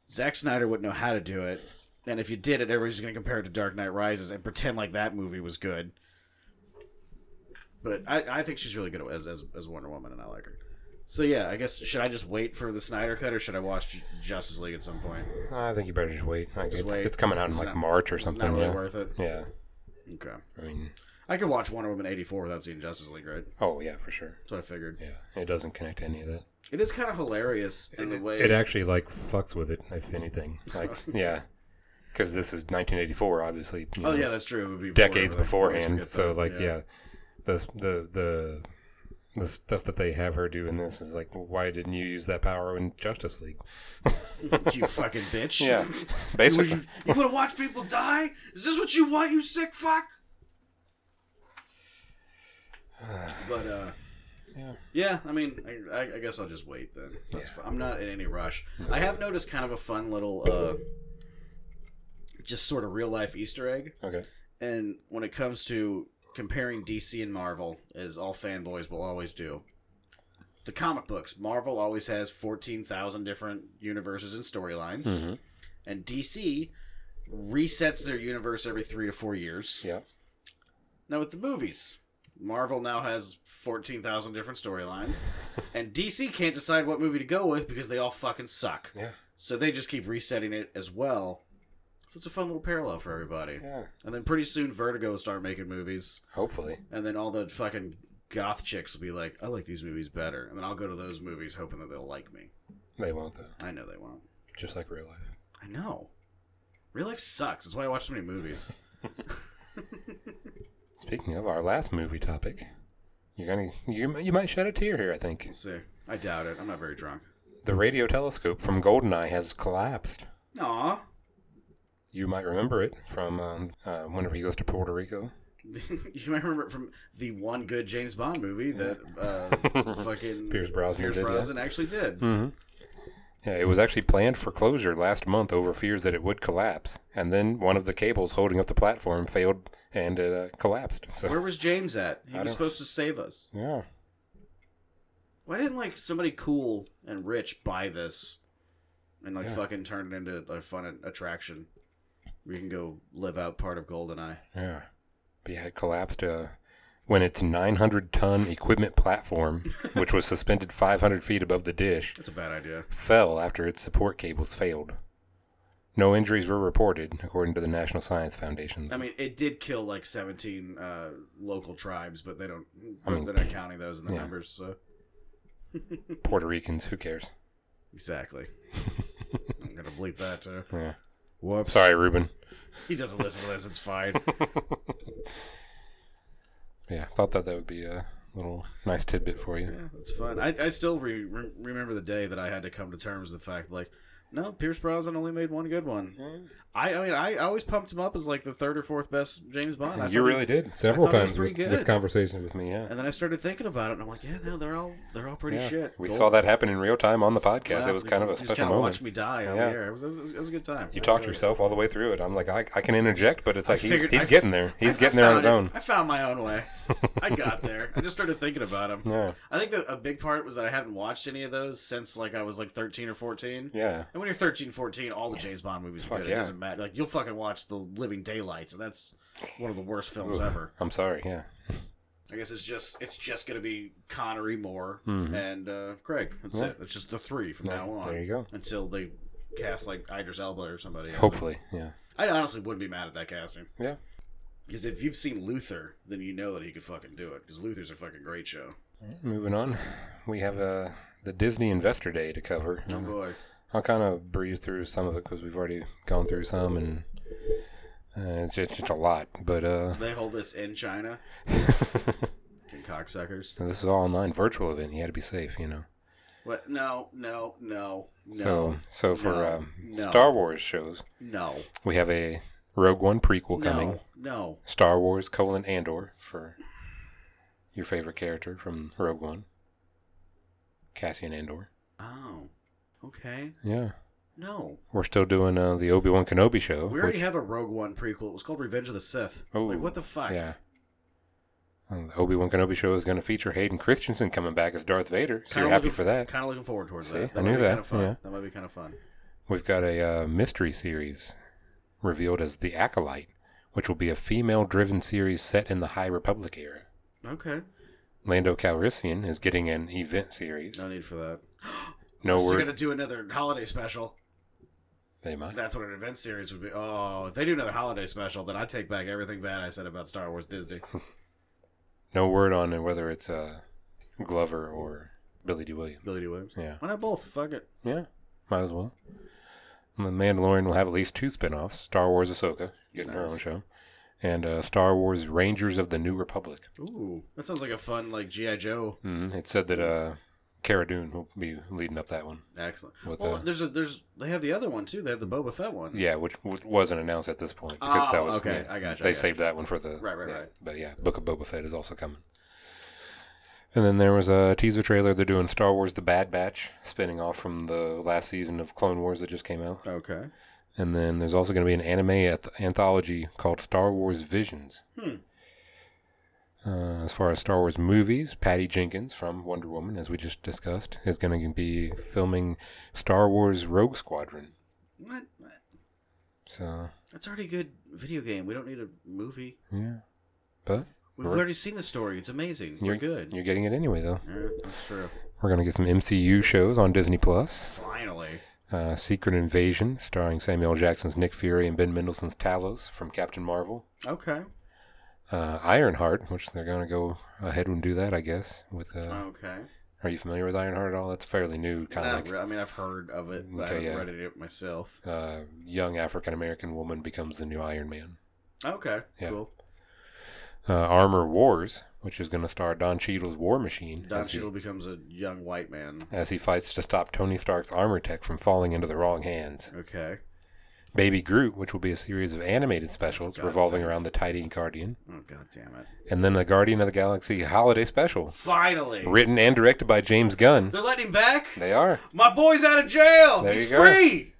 Zack Snyder wouldn't know how to do it. And if you did it, everybody's going to compare it to Dark Knight Rises and pretend like that movie was good. But I, I think she's really good as, as, as Wonder Woman, and I like her. So yeah, I guess should I just wait for the Snyder cut, or should I watch Ju- Justice League at some point? I think you better just wait. Like, Just it's, wait. it's coming out in It's like not- March or It's something. not really yeah. worth it. Yeah. Okay, I mean, I could watch Wonder Woman eighty four without seeing Justice League, right? oh yeah, for sure. That's what I figured. Yeah. It doesn't connect to any of that. It is kind of hilarious in the way It actually like fucks with it, if anything. Like, yeah, because this is 1984, obviously. you Oh know, yeah, that's true. It would be decades before, like, I beforehand. always forget So that. like, yeah. the the the the stuff that they have her do in this is like, well, why didn't you use that power in Justice League? you fucking bitch. basically. You, want to watch people die? Is this what you want, you sick fuck? but uh, Yeah. yeah, I mean, I- I, I guess I'll just wait then. That's fi- I'm not in any rush. I have noticed kind of a fun little, uh, just sort of real life Easter egg. Okay. And when it comes to comparing DC and Marvel, as all fanboys will always do, the comic books, Marvel always has 14,000 different universes and storylines Mhm. and DC resets their universe every three to four years. Yeah. Now with the movies, Marvel now has fourteen thousand different storylines, and DC can't decide what movie to go with because they all fucking suck. Yeah. So they just keep resetting it as well. So it's a fun little parallel for everybody. Yeah. And then pretty soon Vertigo will start making movies, Hopefully. and then all the fucking goth chicks will be like, "I like these movies better," and then I'll go to those movies hoping that they'll like me. They won't though. I know they won't. Just like real life. I know. Real life sucks. That's why I watch so many movies. Speaking of our last movie topic, you're gonna you you might shed a tear here. I think We'll see. I doubt it. I'm not very drunk. the radio telescope from Goldeneye has collapsed. Aw. You might remember it from um, uh, whenever he goes to Puerto Rico. you might remember it from the one good James Bond movie that uh, fucking Pierce Brosnan Pierce did, yeah. Brosnan actually did. Yeah, it was actually planned for closure last month over fears that it would collapse, and then one of the cables holding up the platform failed and it uh, collapsed. So Where was James at? He I was don't- supposed to save us. yeah, Why didn't like somebody cool and rich buy this and like Yeah. fucking turn it into a fun attraction? We can go live out part of Goldeneye. yeah, but yeah, it collapsed uh, when its 900-ton equipment platform, which was suspended 500 feet above the dish, That's a bad idea. fell after its support cables failed. No injuries were reported, according to the National Science Foundation. I mean, it did kill like 17 uh, local tribes, but they don't. I mean, they're not counting those in the yeah. numbers. So Puerto Ricans, who cares? exactly. I'm gonna bleep that too. Yeah. Whoops. Sorry, Ruben. He doesn't listen to this. It's fine. Yeah, thought that that would be a little nice tidbit for you. yeah, it's fun. I, I still re- re- remember the day that I had to come to terms with the fact, like, No, Pierce Brosnan only made one good one. Mm-hmm. I, I mean, I always pumped him up as like the third or fourth best James Bond. I you thought- really did several thought it was times with, pretty with good. conversations with me. Yeah, And then I started thinking about it, and I'm like, yeah, no, they're all they're all pretty Yeah. shit. We Gold- saw that happen in real time on the podcast. Wow, it was you kind of a just special kinda moment. Watched me die over Yeah. here. It was, it was- it was a good time. You talked yourself all the way through it. I'm like, I, I can interject, but it's I like he's, figured- he's I- getting there. He's I- I getting there on his found own. it. I found my own way. I got there. I just started thinking about him. Yeah, I think that a big part was that I hadn't watched any of those since like I was like 13 or 14. yeah. And when you're 13, 14, all the James Bond movies are Fuck good. It yeah. doesn't matter. Like you'll fucking watch The Living Daylights, and that's one of the worst films Ooh. ever. I'm sorry. Yeah, I guess it's just it's just gonna be Connery, Moore, Mhm. and uh, Craig. That's Yeah. it. It's just the three from Yeah, now on. there you go. Until they cast like Idris Elba or somebody. else. Hopefully, yeah, I honestly wouldn't be mad at that casting. yeah. Because if you've seen Luther, then you know that he could fucking do it. Because Luther's a fucking great show. Moving on, we have uh, the Disney Investor Day to cover. Oh boy. I'll kind of breeze through some of it because we've already gone through some, and uh, it's just, just a lot. But uh, They hold this in China. Fucking cocksuckers. this is all online, virtual event. You had to be safe, you know. What? No, no, no, no, so, so for no, um, no. Star Wars shows, no, we have a Rogue One prequel coming. no, no. Star Wars colon Andor for your favorite character from Rogue One, Cassian Andor. Oh, okay. Yeah, No, we're still doing uh, the Obi Wan Kenobi show. we already Oh, which- have a Rogue One prequel. It was called Revenge of the Sith. Oh, like what the fuck? Yeah. And the Obi Wan Kenobi show is going to feature Hayden Christensen coming back as Darth Vader, so you're happy for that. Kind of looking forward towards See, that. I might knew be that, Kind of fun. yeah. That might be kind of fun. We've got a uh, mystery series revealed as The Acolyte, which will be a female driven series set in the High Republic era. Okay. Lando Calrissian is getting an event series. No need for that. No Unless They're word. gonna do another holiday special. They might. That's what an event series would be. Oh, if they do another holiday special, then I take back everything bad I said about Star Wars Disney. No word on whether it's uh, Glover or Billy D. Williams. Billy D. Williams. Yeah. Why not both? Fuck it. Yeah, might as well. And the Mandalorian will have at least two spin offs Star Wars Ahsoka, getting her Nice. own show, and uh, Star Wars Rangers of the New Republic. Ooh, that sounds like a fun like GI Joe Mm-hmm. It said that uh, Cara Dune will be leading up that one. Excellent. With, well, uh, there's a there's they have the other one too. They have the Boba Fett one. Yeah, which, which wasn't announced at this point because that Oh, was okay. yeah, I gotcha, I They gotcha. saved that one for the Right, right, yeah. right. But yeah, Book of Boba Fett is also coming. And then there was a teaser trailer. They're doing Star Wars: The Bad Batch, spinning off from the last season of Clone Wars that just came out. Okay. And then there's also going to be an anime anth- anthology called Star Wars Visions. Hmm. Uh, as far as Star Wars movies, Patty Jenkins from Wonder Woman, as we just discussed, is going to be filming Star Wars Rogue Squadron. What? What? So, That's already a good video game. We don't need a movie. yeah. But We've Right. already seen the story. It's amazing. We're you're good. You're getting it anyway, though. Yeah, that's true. We're going to get some MCU shows on Disney Plus. Finally. Uh, Secret Invasion, starring Samuel Jackson's Nick Fury and Ben Mendelsohn's Talos from Captain Marvel. Okay. Uh, Ironheart, which they're going to go ahead and do that, I guess, with uh, Okay. Are you familiar with Ironheart at all? That's fairly new, kind Not of like re- I mean, I've heard of it, but Okay, I haven't yeah. read it myself. uh, young African American woman becomes the new Iron Man. Okay. Yeah. Cool. Uh, Armor Wars, which is going to star Don Cheadle's War Machine Don as, Cheadle becomes a young white man. He, as he fights to stop Tony Stark's armor tech from falling into the wrong hands. Okay. Baby Groot, which will be a series of animated specials God's revolving sakes. around the Tidy Guardian, Oh god damn it! and then the Guardian of the Galaxy Holiday Special, Finally, written and directed by James Gunn. they're letting him back. They are. My boy's out of jail. There you He's go. free.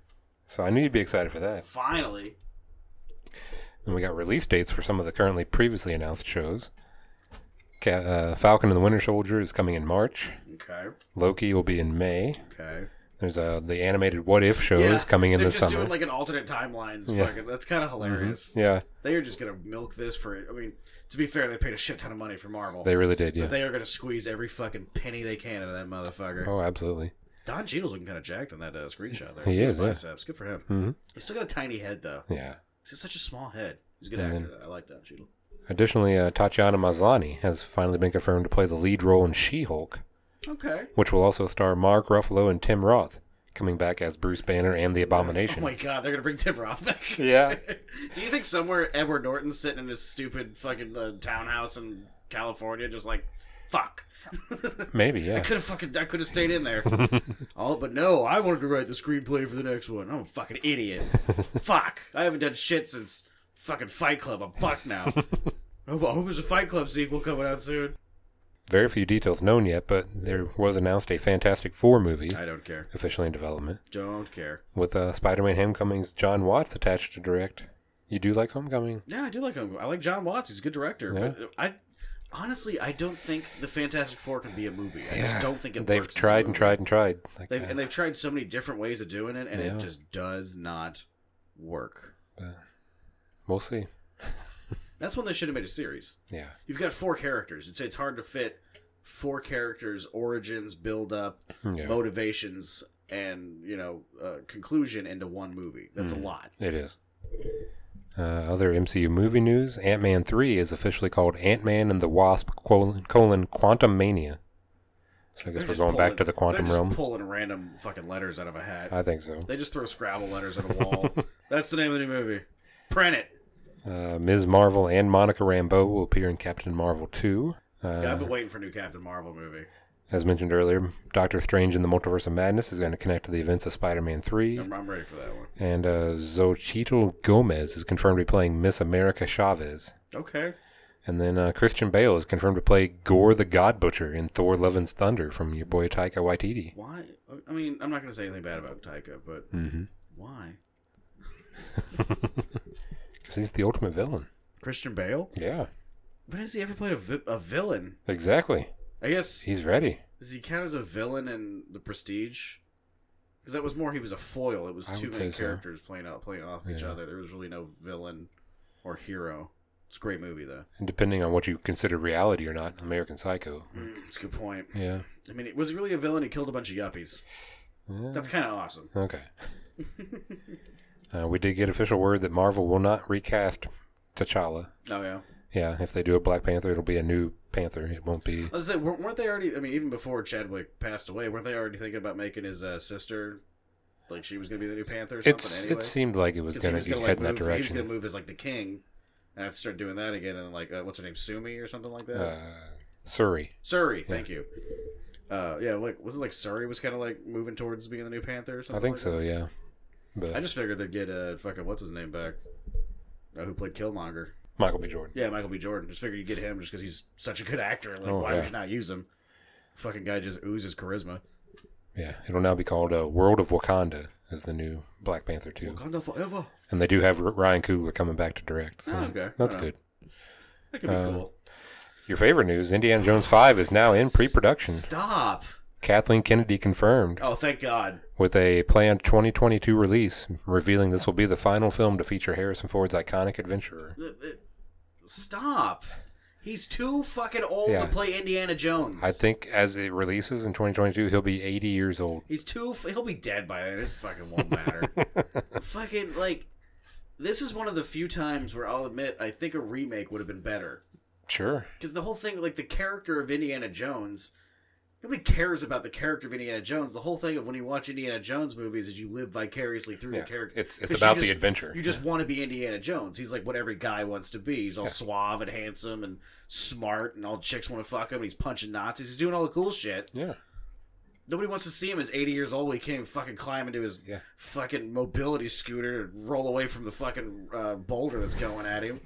So I knew you'd be excited for that. Finally. And we got release dates for some of the currently previously announced shows. Ca- uh, Falcon and the Winter Soldier is coming in March. Okay. Loki will be in May. Okay. There's uh, the animated What If show is coming in they're the just summer. doing like an alternate timelines. Yeah. Mm-hmm. Fucking, that's kind of hilarious. yeah, They are just gonna milk this for. I mean, to be fair, they paid a shit ton of money for Marvel. they really did. But Yeah. they are gonna squeeze every fucking penny they can out of that motherfucker. Oh, absolutely. Don Cheadle's looking kind of jacked on that uh, screenshot there. He is, yeah. Biceps. Good for him. Mhm. He's still got a tiny head though. Yeah. He's got such a small head. He's a good And actor. though. I like Don Cheadle. Additionally, uh, Tatiana Maslany has finally been confirmed to play the lead role in She-Hulk, Okay. which will also star Mark Ruffalo and Tim Roth, coming back as Bruce Banner and the Oh Abomination. my god, they're gonna bring Tim Roth back. yeah. Do you think somewhere Edward Norton's sitting in his stupid fucking uh, townhouse in California, just like, Fuck. Maybe, I yeah. could have fucking I could have stayed in there. oh, but no, I wanted to write the screenplay for the next one. I'm a fucking idiot. Fuck. I haven't done shit since fucking Fight Club. I'm fucked now. I hope, I hope there's a Fight Club sequel coming out soon. Very few details known yet, but there was announced a Fantastic Four movie I don't care. officially in development Don't care. with uh, Spider-Man Homecoming's John Watts attached to direct. You do like Homecoming? Yeah, I do like him. I like John Watts. He's a good director. Yeah. But I honestly I don't think the Fantastic Four can be a movie. I just don't think it They've works. as a tried and movie. tried and tried. Like, They've, uh, and they've tried so many different ways of doing it, and Yeah. it just does not work. we'll see. That's when they should have made a series. Yeah. You've got four characters. It's it's hard to fit four characters' origins, build up, Yeah. motivations, and you know uh, conclusion into one movie. That's Hmm. a lot. It is. Uh, other MCU movie news: Ant Man three is officially called Ant Man and the Wasp: colon, colon Quantum Mania. So I guess They're we're just going back pulling- to the quantum they're just realm. Pulling random fucking letters out of a hat. I think so. they just throw Scrabble letters at a wall. That's the name of the new movie. Print it. Uh, Ms. Marvel and Monica Rambeau will appear in Captain Marvel two. Yeah, Uh, I've been waiting for a new Captain Marvel movie. as mentioned earlier, Doctor Strange in the Multiverse of Madness is going to connect to the events of Spider-Man three. I'm, I'm ready for that one. And uh, Xochitl Gomez is confirmed to be playing Miss America Chavez. Okay. And then uh, Christian Bale is confirmed to play Gore the God Butcher in Thor: Love and Thunder from your boy Taika Waititi. Why? I mean, I'm not going to say anything bad about Taika, but Mm-hmm. why? Because he's the ultimate villain. Christian Bale? Yeah, When has he ever played a, vi- a villain? exactly. I guess He's ready. Does he count as a villain in The Prestige? Because that was more he was a foil. It was I too would many say so. characters playing out playing off each Yeah. other. There was really no villain or hero. It's a great movie though. And depending on what you consider reality or not, American Psycho. It's a good point. Yeah. I mean, it was really a villain. He killed a bunch of yuppies. Yeah. That's kind of awesome. Okay. uh, we did get official word that Marvel will not recast T'Challa. Oh yeah. Yeah, if they do a Black Panther, it'll be a new Panther. It won't be. Let's say weren't weren't they already? I mean, even before Chadwick passed away, weren't they already thinking about making his uh, sister like she was going to be the new Panther or something? It's. anyway? It seemed like it was 'Cause going he was to gonna, head like, in that move- He was going direction. to move as like the king, and I have to start doing that again. And like, uh, what's her name, Sumi or something like that. Uh, Surrey. Surrey, thank you. Uh, yeah, like was it like Surrey was kind of like moving towards being the new Panther or something? I think like so. Yeah. But that? I just figured they'd get uh fucking what's his name back, uh, who played Killmonger. Michael B. Jordan. Yeah, Michael B. Jordan. Just figured you'd get him just because he's such a good actor. Like, Oh, why would yeah. you not use him? Fucking guy just oozes charisma. Yeah, it'll now be called uh, World of Wakanda as the new Black Panther 2. Wakanda forever. And they do have R- Ryan Coogler coming back to direct, so Oh, okay. uh, that's Oh. good. That could be Uh, cool. Your favorite news, Indiana Jones 5 is now in pre-production. Stop. Kathleen Kennedy confirmed Oh, thank God. with a planned 2022 release, revealing this will be the final film to feature Harrison Ford's iconic adventurer. Uh, uh, Stop. He's too fucking old Yeah. to play Indiana Jones. I think as it releases in 2022, he'll be 80 years old. He's too. f- He'll be dead by then. It fucking won't matter. fucking like, this is one of the few times where I'll admit I think a remake would have been better Sure. because the whole thing, like the character of Indiana Jones, nobody cares about the character of Indiana Jones. The whole thing of when you watch Indiana Jones movies is you live vicariously through Yeah. the character. It's it's 'Cause you about the just- adventure. You just want to be Indiana Jones. He's like what every guy wants to be. He's all suave and handsome and smart, and all chicks want to fuck him. And he's punching Nazis. He's doing all the cool shit. yeah. Nobody wants to see him as 80 years old. He can't even fucking climb into his Yeah. fucking mobility scooter and roll away from the fucking uh, boulder that's going at him.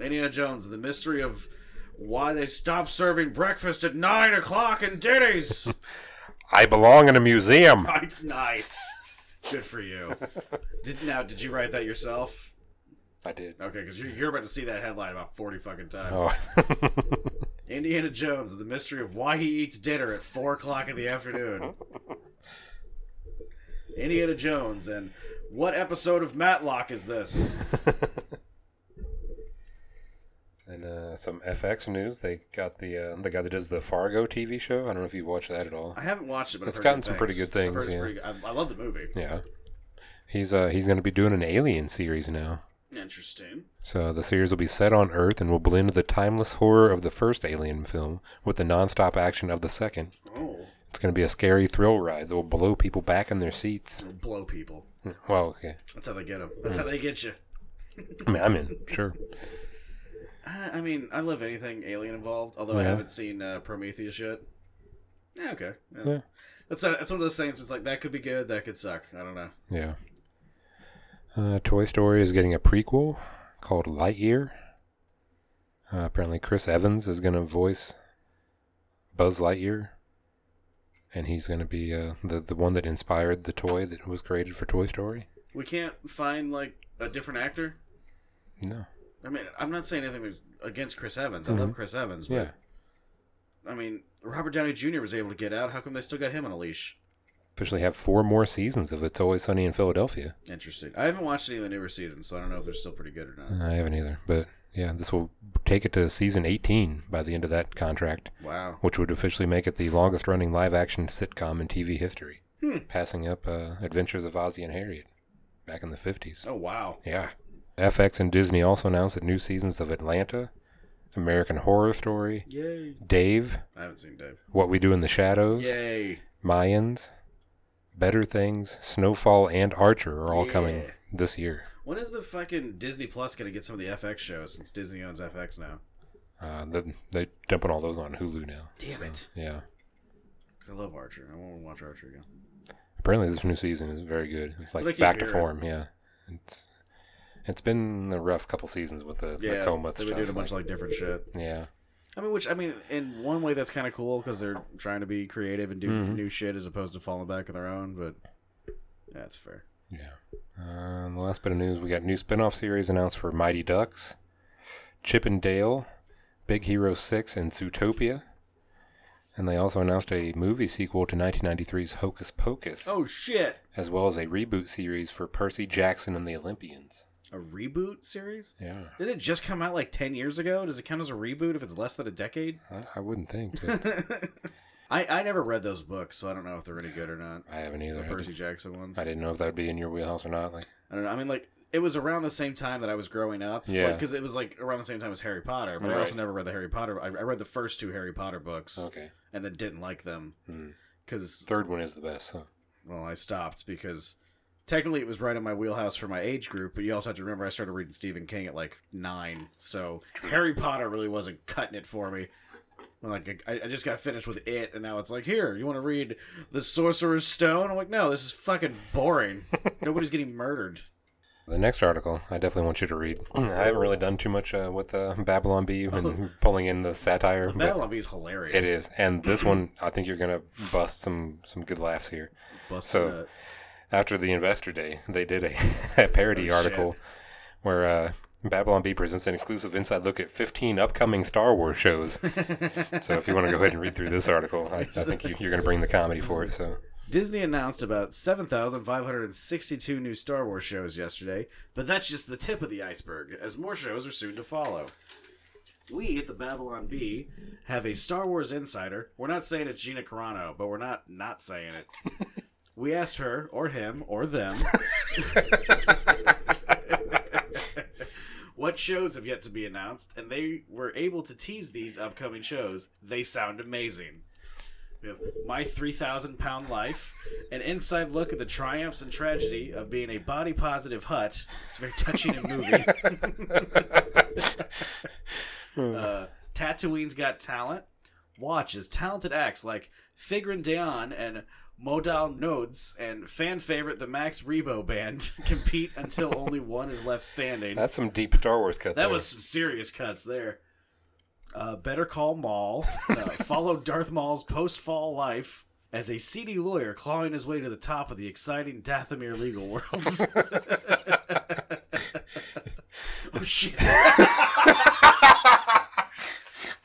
Indiana Jones, the mystery of why they stopped serving breakfast at 9 o'clock in Denny's. I belong in a museum. Right, nice. Good for you. Did, now, did you write that yourself? I did. Okay, because you're, you're about to see that headline about 40 fucking times. Oh. Indiana Jones, the mystery of why he eats dinner at four o'clock in the afternoon. Indiana Jones, and what episode of Matlock is this? And uh, some FX news. They got the uh, the guy that does the Fargo TV show. I don't know if you watched that at all. I haven't watched it, but It's I've heard gotten good some things. pretty good things, I've heard it's yeah. pretty good. I, I love the movie. Yeah, he's uh he's going to be doing an Alien series now. Interesting. So the series will be set on Earth and will blend the timeless horror of the first Alien film with the nonstop action of the second. Oh, It's going to be a scary thrill ride that will blow people back in their seats. it'll blow people. Well, okay, Hmm. That's how they get them. That's how they get you. I mean I'm in sure. I I mean, I love anything alien involved. Although I Yeah. haven't seen uh, Prometheus yet. Yeah, okay. Yeah. Yeah. That's a, that's one of those things. It's like that could be good, that could suck. I don't know. Yeah. Uh, Toy Story is getting a prequel called Lightyear. Uh, apparently, Chris Evans is going to voice Buzz Lightyear, and he's going to be uh, the the one that inspired the toy that was created for Toy Story. We can't find like a different actor. No, I mean, I'm not saying anything against Chris Evans. I love Chris Evans, but Mm-hmm. yeah, I mean, Robert Downey Jr. was able to get out. How come they still got him on a leash? officially have four more seasons of It's Always Sunny in Philadelphia. Interesting. I haven't watched any of the newer seasons, so I don't know if they're still pretty good or not. Uh, I haven't either, but yeah, this will take it to season 18 by the end of that contract, Wow. which would officially make it the longest running live action sitcom in TV history, Hmm. passing up uh, Adventures of Ozzie and Harriet back in the 50s. Oh wow. Yeah. FX and Disney also announced that new seasons of Atlanta, American Horror Story, Yay. Dave, I haven't seen Dave. What We Do in the Shadows, Yay. Mayans, Better Things, Snowfall, and Archer are all coming Yeah. this year. When is the fucking Disney Plus gonna get some of the FX shows since Disney owns FX now? Uh, they, they dumping all those on Hulu now. Damn it. Yeah. 'Cause I love Archer. I want to watch Archer again. Apparently, this new season is very good. It's what I like keep back to hearing. form. Yeah, it's it's been a rough couple seasons with the, Yeah. the coma they've stuff. been doing a bunch of like- like different shit. yeah, I mean, which I mean, in one way, that's kind of cool because they're trying to be creative and do Mhm. new shit as opposed to falling back on their own. But yeah, that's fair. yeah. Uh, and the last bit of news, we got new spin-off series announced for Mighty Ducks, Chip and Dale, Big Hero Six, and Zootopia. And they also announced a movie sequel to 1993's Hocus Pocus, Oh shit! as well as a reboot series for Percy Jackson and the Olympians. A reboot series? Yeah, Did it just come out like ten years ago? Does it count as a reboot if it's less than a decade? I, I wouldn't think. But I I never read those books, so I don't know if they're any good or not. I haven't The either. I, Percy did, Jackson ones. I didn't know if that would be in your wheelhouse or not. Like. I don't know. I mean, like it was around the same time that I was growing up. Yeah. Because it was like around the same time as Harry Potter, but I Right. also never read the Harry Potter. I, I read the first two Harry Potter books Okay. and then didn't like them Mm. because Third one is the best. So. well, I stopped because technically it was right in my wheelhouse for my age group, but you also have to remember I started reading Stephen King at like nine, so Harry Potter really wasn't cutting it for me. When like I, I just got finished with it, and now it's like, here, you want to read the Sorcerer's Stone? I'm like, no, this is fucking boring. Nobody's getting murdered. The next article, I definitely want you to read. I haven't really done too much uh, with uh, Babylon Bee and pulling in the satire, but Babylon Bee is hilarious. it is. And this one, I think you're gonna bust some some good laughs here. Busting So- nut. After the Investor Day, they did a, a parody Oh, shit. article where uh, Babylon Bee presents an exclusive inside look at 15 upcoming Star Wars shows. so if you want to go ahead and read through this article, I, I think you, you're gonna bring the comedy for it. So Disney announced about 7,562 new Star Wars shows yesterday, but that's just the tip of the iceberg, as more shows are soon to follow. We at the Babylon Bee have a Star Wars insider. We're not saying it's Gina Carano, but we're not not saying it. we asked her, or him, or them, what shows have yet to be announced, and they were able to tease these upcoming shows. They sound amazing. We have My 3,000 Pound Life, an inside look at the triumphs and tragedy of being a body positive hut. It's very touching and moving. uh, Tatooine's Got Talent. Watches talented acts like Figrin Dayon and Modal Nodes and fan favorite the Max Rebo Band compete until only one is left standing. that's some deep Star Wars cut. That there. was some serious cuts there. Uh, Better Call Maul. Uh, follow Darth Maul's post fall life as a seedy lawyer clawing his way to the top of the exciting Dathomir legal worlds. oh, shit.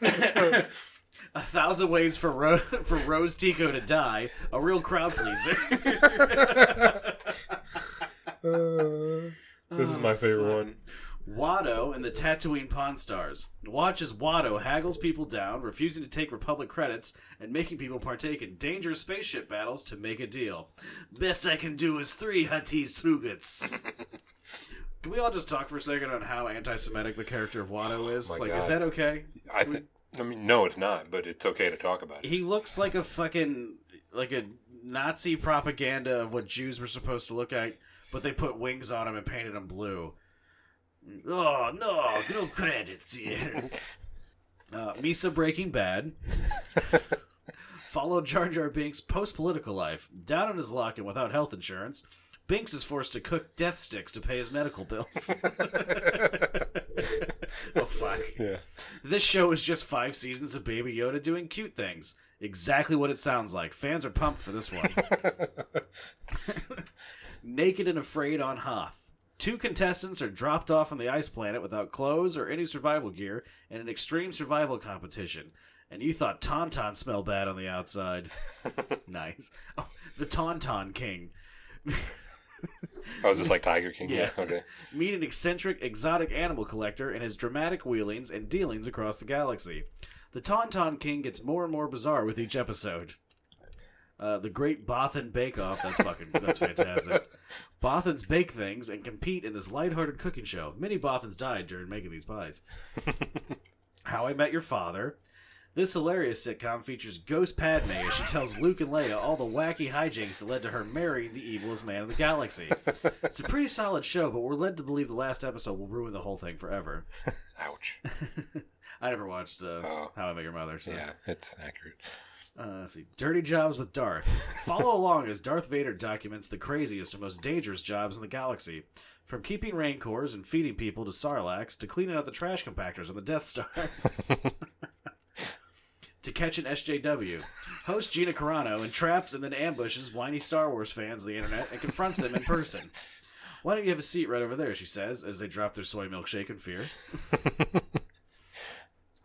a thousand ways for, Ro- for Rose Tico to die. A real crowd pleaser. Uh, this is my favorite one. Watto and the Tatooine Pawn Stars. Watch as Watto haggles people down, refusing to take Republic credits, and making people partake in dangerous spaceship battles to make a deal. Best I can do is three Huttese Trugets. can we all just talk for a second on how anti Semitic the character of Watto is? Oh my like, God. is that okay? I think. I mean, no, it's not, but it's okay to talk about it. He looks like a fucking. like a Nazi propaganda of what Jews were supposed to look like, but they put wings on him and painted him blue. Oh no, no credits here. Uh, Misa Breaking Bad. Followed Jar Jar Binks' post political life. Down in his lock and without health insurance, Binks is forced to cook death sticks to pay his medical bills. oh, fuck. yeah. This show is just five seasons of Baby Yoda doing cute things. Exactly what it sounds like. Fans are pumped for this one. Naked and afraid on Hoth. Two contestants are dropped off on the ice planet without clothes or any survival gear in an extreme survival competition. And you thought Tauntaun smelled bad on the outside. nice. Oh, the Tauntaun King. I was just like Tiger King. Yeah. Yeah. Okay. Meet an eccentric, exotic animal collector and his dramatic wheelings and dealings across the galaxy. The Tauntaun King gets more and more bizarre with each episode. Uh, the Great Bothan Bake Off. That's fucking. that's fantastic. Bothans bake things and compete in this lighthearted cooking show. Many Bothans died during making these pies. How I Met Your Father. This hilarious sitcom features Ghost Padme as she tells Luke and Leia all the wacky hijinks that led to her marrying the evilest man in the galaxy. It's a pretty solid show, but we're led to believe the last episode will ruin the whole thing forever. Ouch. I never watched uh, Oh. How I Met Your Mother, so Yeah, it's accurate. uh, let's see. Dirty Jobs with Darth. Follow along as Darth Vader documents the craziest and most dangerous jobs in the galaxy. From keeping rancors and feeding people to sarlaccs to cleaning out the trash compactors on the Death Star. to catch an SJW. Host Gina Carano entraps and then ambushes whiny Star Wars fans on the internet and confronts them in person. Why don't you have a seat right over there, she says, as they drop their soy milkshake in fear.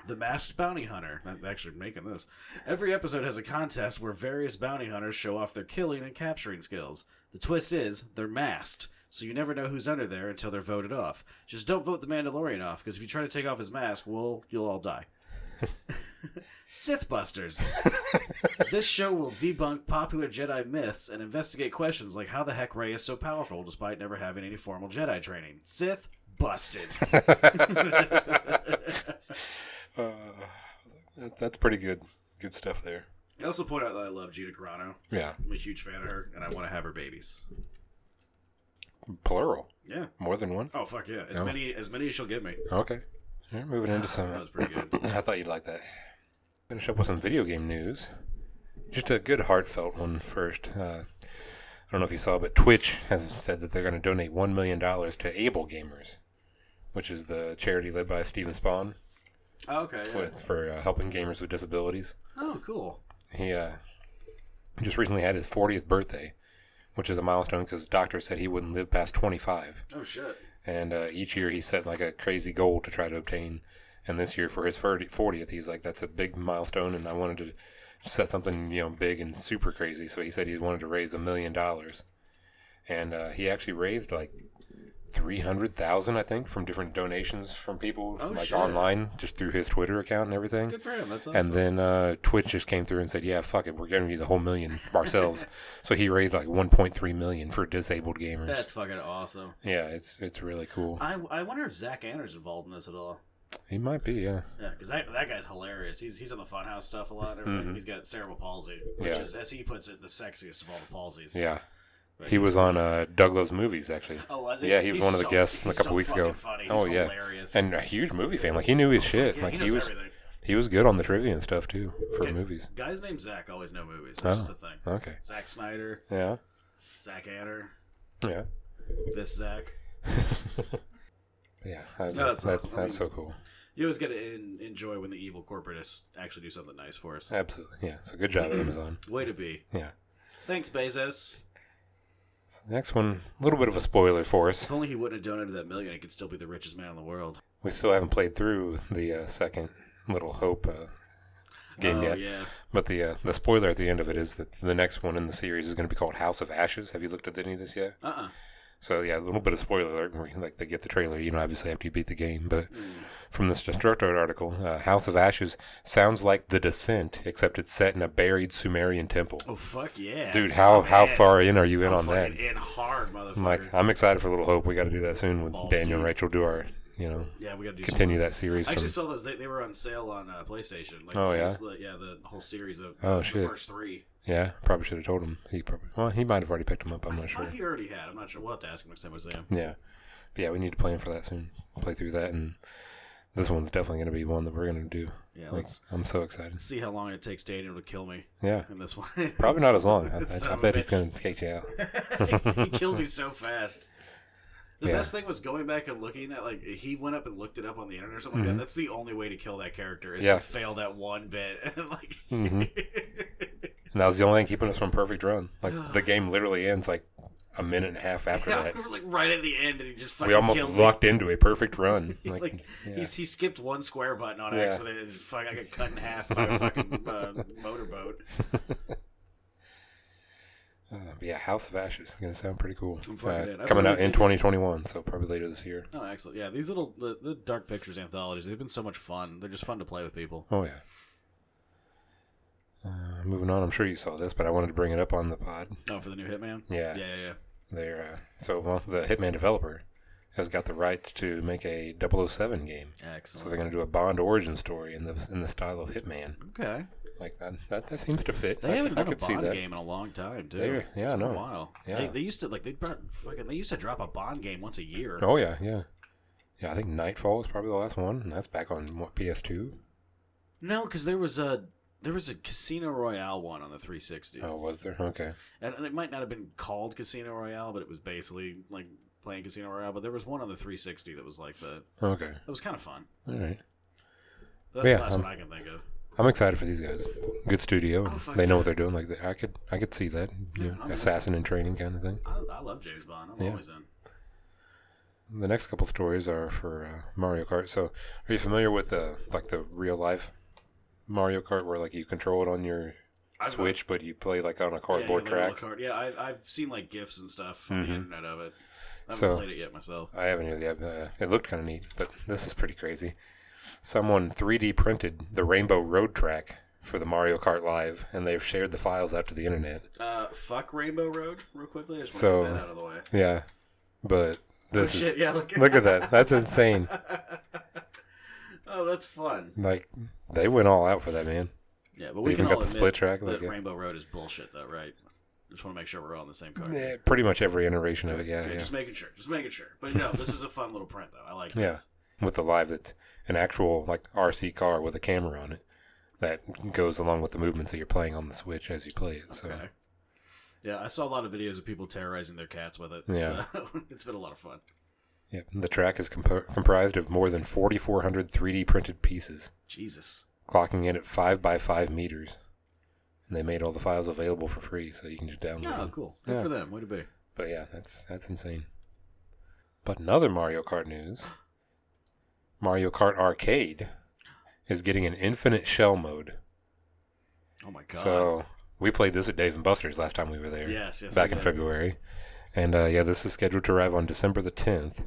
The Masked Bounty Hunter. I'm actually making this. Every episode has a contest where various bounty hunters show off their killing and capturing skills. The twist is, they're masked, so you never know who's under there until they're voted off. Just don't vote the Mandalorian off, because if you try to take off his mask, well, you'll all die. Sith Busters. this show will debunk popular Jedi myths and investigate questions like how the heck Rey is so powerful despite never having any formal Jedi training. Sith busted. Uh, that, that's pretty good. Good stuff there. I also point out that I love Gina Carano. Yeah. I'm a huge fan of her, and I want to have her babies. Plural. Yeah. More than one. Oh fuck yeah! As No. many as many as she'll give me. Okay. All right, moving into some. That was pretty good. I thought you'd like that. Finish up with some video game news. Just a good heartfelt one first. Uh, I don't know if you saw, but Twitch has said that they're going to donate $1 million to Able Gamers, which is the charity led by Steven Spawn Oh, okay. yeah. with, for uh, helping gamers with disabilities. Oh cool. He uh, just recently had his 40th birthday, which is a milestone because doctors said he wouldn't live past 25 Oh shit. and uh, each year he set like a crazy goal to try to obtain. And this year for his 30, 40th, he was like, "That's a big milestone," and I wanted to set something you know big and super crazy. So he said he wanted to raise a million dollars, and uh, he actually raised like three hundred thousand, I think, from different donations from people Oh, like shit. online just through his Twitter account and everything. Good for him. That's awesome. And then uh, Twitch just came through and said, "Yeah, fuck it, we're giving you the whole million ourselves." so he raised like 1.3 million for disabled gamers. That's fucking awesome. yeah, it's it's really cool. I, I wonder if Zach Anders involved in this at all. He might be, yeah. Yeah, because that, that guy's hilarious. He's he's on the Funhouse stuff a lot. and everything. Mhm. He's got cerebral palsy, which Yeah. is, as he puts it, the sexiest of all the palsies. Yeah. But He he's- was on uh, Doug Love's movies, actually. Oh, was he? Yeah, he was He's one of the so- guests a he's couple so weeks ago. fucking Funny. He's Oh, yeah. hilarious. And a huge movie fan. Like, he knew his shit. Oh, Yeah, like, he, he, knows was everything. he was good on the trivia and stuff, too, for Okay. movies. Guys named Zach always know movies. That's Oh. just a thing. Okay. Zack Snyder, Yeah. Zach Anner, Yeah. this Zach. Yeah. That's, No, that's that's, that's, awesome. I so cool. You always get to en- enjoy when the evil corporatists actually do something nice for us. Absolutely. Yeah. So good job, Amazon. Way to be. Yeah. Thanks, Bezos. So next one, a little bit of a spoiler for us. If only he wouldn't have donated that million, he could still be the richest man in the world. We still haven't played through the uh, second Little Hope uh, game oh, yet. yeah. But the uh, the spoiler at the end of it is that the next one in the series is going to be called House of Ashes. Have you looked at any of this yet? Uh-uh. So yeah, a little bit of spoiler alert. where, Like they get the trailer, you know, obviously after you beat the game. But Mm. from this Destructoid article, uh, House of Ashes sounds like The Descent, except it's set in a buried Sumerian temple. Oh, fuck yeah. Dude, how how man. far in are you in I'm on that? fucking in hard, motherfucker. I'm like, I'm excited for Little Hope. We got to do that soon when Balls Daniel deep. and Rachel do our, you know, yeah, we gotta do something. continue that series. I From, actually saw those. They, they were on sale on uh, PlayStation. Like, Oh, it yeah? was The, yeah, the whole series of Oh, the shit. first three. yeah, probably should have told him. He probably well, he might have already picked him up. I'm not I sure. thought he already had. I'm not sure. We'll have to ask him next time we see him. Yeah. yeah, we need to plan for that soon. Play through that, and this one's definitely going to be one that we're going to do. Yeah, Like, let's I'm so excited. see how long it takes Daniel to kill me Yeah, in this one. probably not as long. I, Son I, I of a bet it's bitch. going to take you out. he killed me so fast. The Yeah. best thing was going back and looking at like he went up and looked it up on the internet or something like Mhm. that. That's the only way to kill that character is Yeah. to fail that one bit. like Mhm. And that was the only thing keeping us from perfect run. Like the game literally ends like a minute and a half after Yeah, that. we're, like right at the end, and he just fucking We almost killed me. locked into a perfect run. Like, Like, yeah. He's, he skipped one square button on Yeah. accident, and fuck, I got cut in half by a fucking uh, motorboat. Uh, but yeah, House of Ashes is going to sound pretty cool. I'm Uh, fucking in. I coming really out in did- 2021, so probably later this year. Oh, excellent! Yeah, these little the, the dark pictures anthologies. They've been so much fun. They're just fun to play with people. Oh yeah. Uh, moving on, I'm sure you saw this, but I wanted to bring it up on the pod. Oh, for the new Hitman. Yeah, yeah, yeah. they're uh, so well, the Hitman developer has got the rights to make a 007 game, yeah. so Excellent. they're going to do a Bond origin story in the in the style of Hitman. okay. Like that, that, that seems to fit. They I, haven't I done could a see Bond that. game in a long time, too. They were- yeah, It's I been a know. while. Yeah. They, they used to like they brought fucking they used to drop a Bond game once a year. Oh yeah, yeah, yeah. I think Nightfall was probably the last one, and that's back on what, PS2. No, because there was a there was a Casino Royale one on the 360, Oh, was there? Okay. and, and it might not have been called Casino Royale, but it was basically like playing Casino Royale. But there was one on the 360 that was like that. Okay. That was kind of fun. All right. That's Yeah, the last um, one I can think of. I'm excited for these guys. Good studio. Oh, fuck they know yeah. what they're doing. Like I could, I could see that. You Yeah, know, I'm- assassin in training kind of thing. I, I love James Bond. I'm Yeah. always in. The next couple stories are for uh, Mario Kart. So, are you familiar with the like the real life Mario Kart where like you control it on your I've- Switch, but you play like on a Yeah, cardboard yeah, the little track? Card. Yeah, I, I've seen like gifs and stuff on the Mhm. internet of it. I haven't So- played it yet myself. I haven't really. Uh, it looked kind of neat, but this is pretty crazy. Someone 3D printed the Rainbow Road track for the Mario Kart Live, and they've shared the files out to the internet. Uh, fuck Rainbow Road, real quickly. I just So- want to get that out of the way. Yeah, but this oh, is shit, yeah, look, look at that. That's insane. oh, that's fun. Like they went all out for that man. Yeah, but we even can got all the admit split track, like, that yeah. Rainbow Road is bullshit, though, right? Just want to make sure we're all on the same card. Yeah, pretty much every iteration of it. Yeah, Okay, yeah. Just making sure. Just making sure. But no, this is a fun little print, though. I like Yeah. this. With the live, that's an actual like RC car with a camera on it that goes along with the movements that you're playing on the Switch as you play it. So Okay. Yeah, I saw a lot of videos of people terrorizing their cats with it. Yeah. so it's been a lot of fun. yeah, the track is compo- comprised of more than 4,400 3D printed pieces, Jesus. clocking in at five by five meters. And they made all the files available for free, so you can just download. Oh, them. cool. Good Yeah. for them. Way to be. But yeah, that's that's insane. But another Mario Kart news. Mario Kart Arcade is getting an infinite shell mode. Oh my god. So we played this at Dave and Buster's last time we were there. Yes, yes, Back we in did. February. And uh, yeah, this is scheduled to arrive on December the 10th.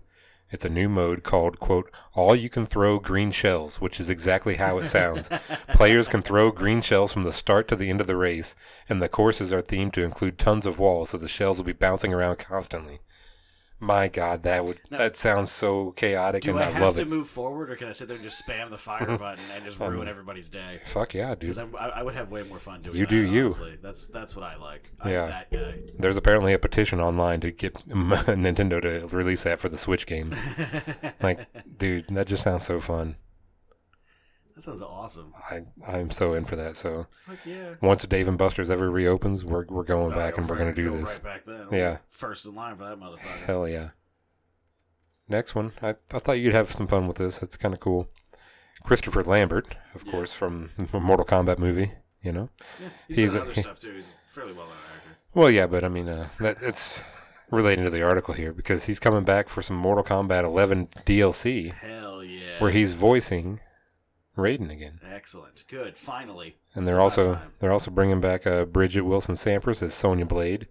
It's a new mode called, quote, All You Can Throw Green Shells, which is exactly how it sounds. Players can throw green shells from the start to the end of the race, and the courses are themed to include tons of walls, so the shells will be bouncing around constantly. My God, that would Now- that sounds so chaotic, do and I I, have love to it. Um, move forward, or can I sit there and just spam the fire button and just ruin everybody's day? Fuck yeah, dude! Because I, I would have way more fun doing. You that, do you. Honestly. That's that's what I like. I'm Yeah. that guy. There's apparently a petition online to get Nintendo to release that for the Switch game. like, dude, that just sounds so fun. That sounds awesome. I I'm so in for that. So Fuck yeah. once Dave and Buster's ever reopens, we're we're going back and Go we're gonna right- do go this. Right back then. Yeah. First in line for that motherfucker. Hell yeah. Next one, I I thought you'd have some fun with this. It's kind of cool. Christopher Lambert, of Yeah. course, from the Mortal Kombat movie. You know. Yeah, he's, He's a- done other stuff too. He's a fairly well known actor. Well, yeah, but I mean, uh, that it's relating to the article here because he's coming back for some Mortal Kombat 11 DLC Hell yeah. where he's voicing Raiden again. excellent. Good. Finally. And they're It's about also time. they're also bringing back uh, Bridget Wilson Sampras as Sonya Blade,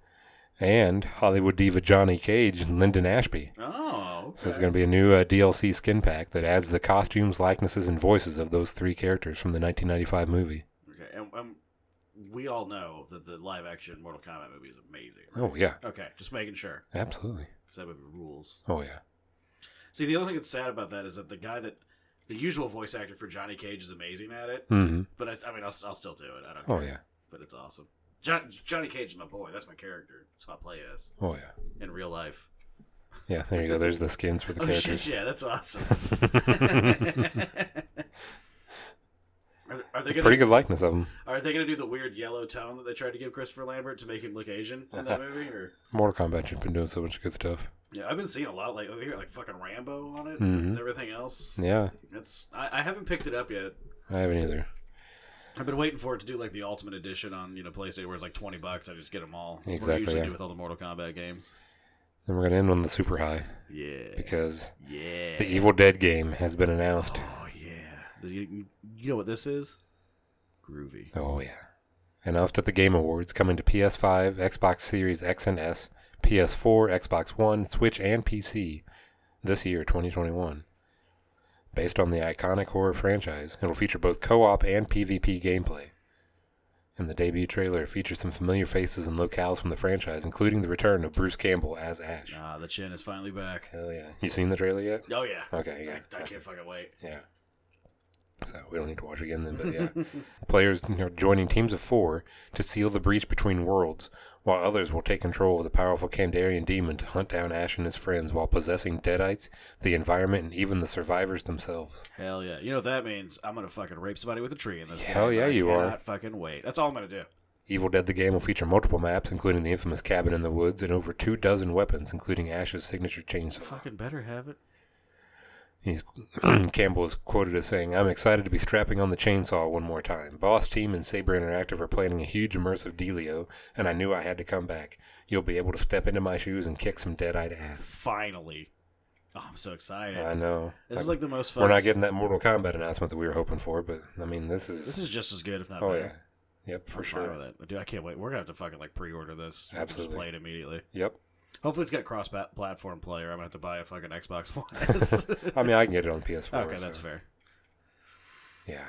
and Hollywood diva Johnny Cage and Lyndon Ashby. Oh. Okay. So it's going to be a new uh, DLC skin pack that adds the costumes, likenesses, and voices of those three characters from the 1995 movie. Okay. And, um, we all know that the live action Mortal Kombat movie is amazing. Oh yeah, Okay. Just making sure absolutely. because that movie rules. Oh yeah, See, the only thing that's sad about that is that the guy that the usual voice actor for Johnny Cage is amazing at it. hmm But I, I mean, I'll, I'll still do it. I don't. Oh care. yeah, But it's awesome. John, Johnny Cage is my boy. That's my character. That's who I play as oh yeah. in real life. Yeah, there you go. There's the skins for the Oh characters. shit! Yeah, that's awesome. are, are they It's gonna pretty good likeness of them. are they gonna do the weird yellow tone that they tried to give Christopher Lambert to make him look Asian in that movie? Or Mortal Kombat, you've been doing so much good stuff. yeah, I've been seeing a lot like they got like fucking Rambo on Mhm. it and everything else. Yeah, It's I, I haven't picked it up yet. I haven't either. I've been waiting for it to do like the ultimate edition on you know PlayStation, where it's like twenty bucks. I just get them all. That's what I Exactly, usually yeah. do with all the Mortal Kombat games. Then we're gonna end on the super high Yeah, because yeah. the Evil Dead game has been announced. Oh yeah. You, you- you know what this is? Groovy. Oh yeah, announced at the Game Awards, coming to PS5, Xbox Series X and S, PS4, Xbox One, Switch, and PC this year, 2021. Based on the iconic horror franchise, it'll feature both co-op and PvP gameplay. In the debut trailer, it features some familiar faces and locales from the franchise, including the return of Bruce Campbell as Ash. Ah, the chin is finally back. Hell yeah! You seen the trailer yet? Oh yeah. Okay, yeah. I, I can't fucking wait. Yeah. So we don't need to watch again then, but yeah. Players are joining teams of four to seal the breach between worlds, while others will take control of the powerful Kandarian demon to hunt down Ash and his friends while possessing Deadites, the environment, and even the survivors themselves. Hell yeah. You know what that means? I'm gonna fucking rape somebody with a tree in this. Hell game. yeah, I you are. cannot Fucking wait. That's all I'm gonna do. Evil Dead the game will feature multiple maps, including the infamous cabin in the woods, and over two dozen weapons, including Ash's signature chainsaw. Fucking better have it. He's, Campbell is quoted as saying, I'm excited to be strapping on the chainsaw one more time. Boss Team and Saber Interactive are planning a huge immersive dealio, and I knew I had to come back. You'll be able to step into my shoes and kick some dead-eyed ass. Finally. Oh, I'm so excited. I know. this is like the most fun. We're not getting that Mortal Kombat announcement that we were hoping for, but, I mean, this is... This is just as good, if not oh, better. yeah. Yep, for I'm fine sure. with it. Dude, I can't wait. We're gonna have to fucking like pre-order this. You can Just Absolutely. play it immediately. Yep. Hopefully, it's got cross-platform play, or I'm gonna have to buy a fucking Xbox One. S. I mean, I can get it on PS4. okay, so- that's fair. Yeah.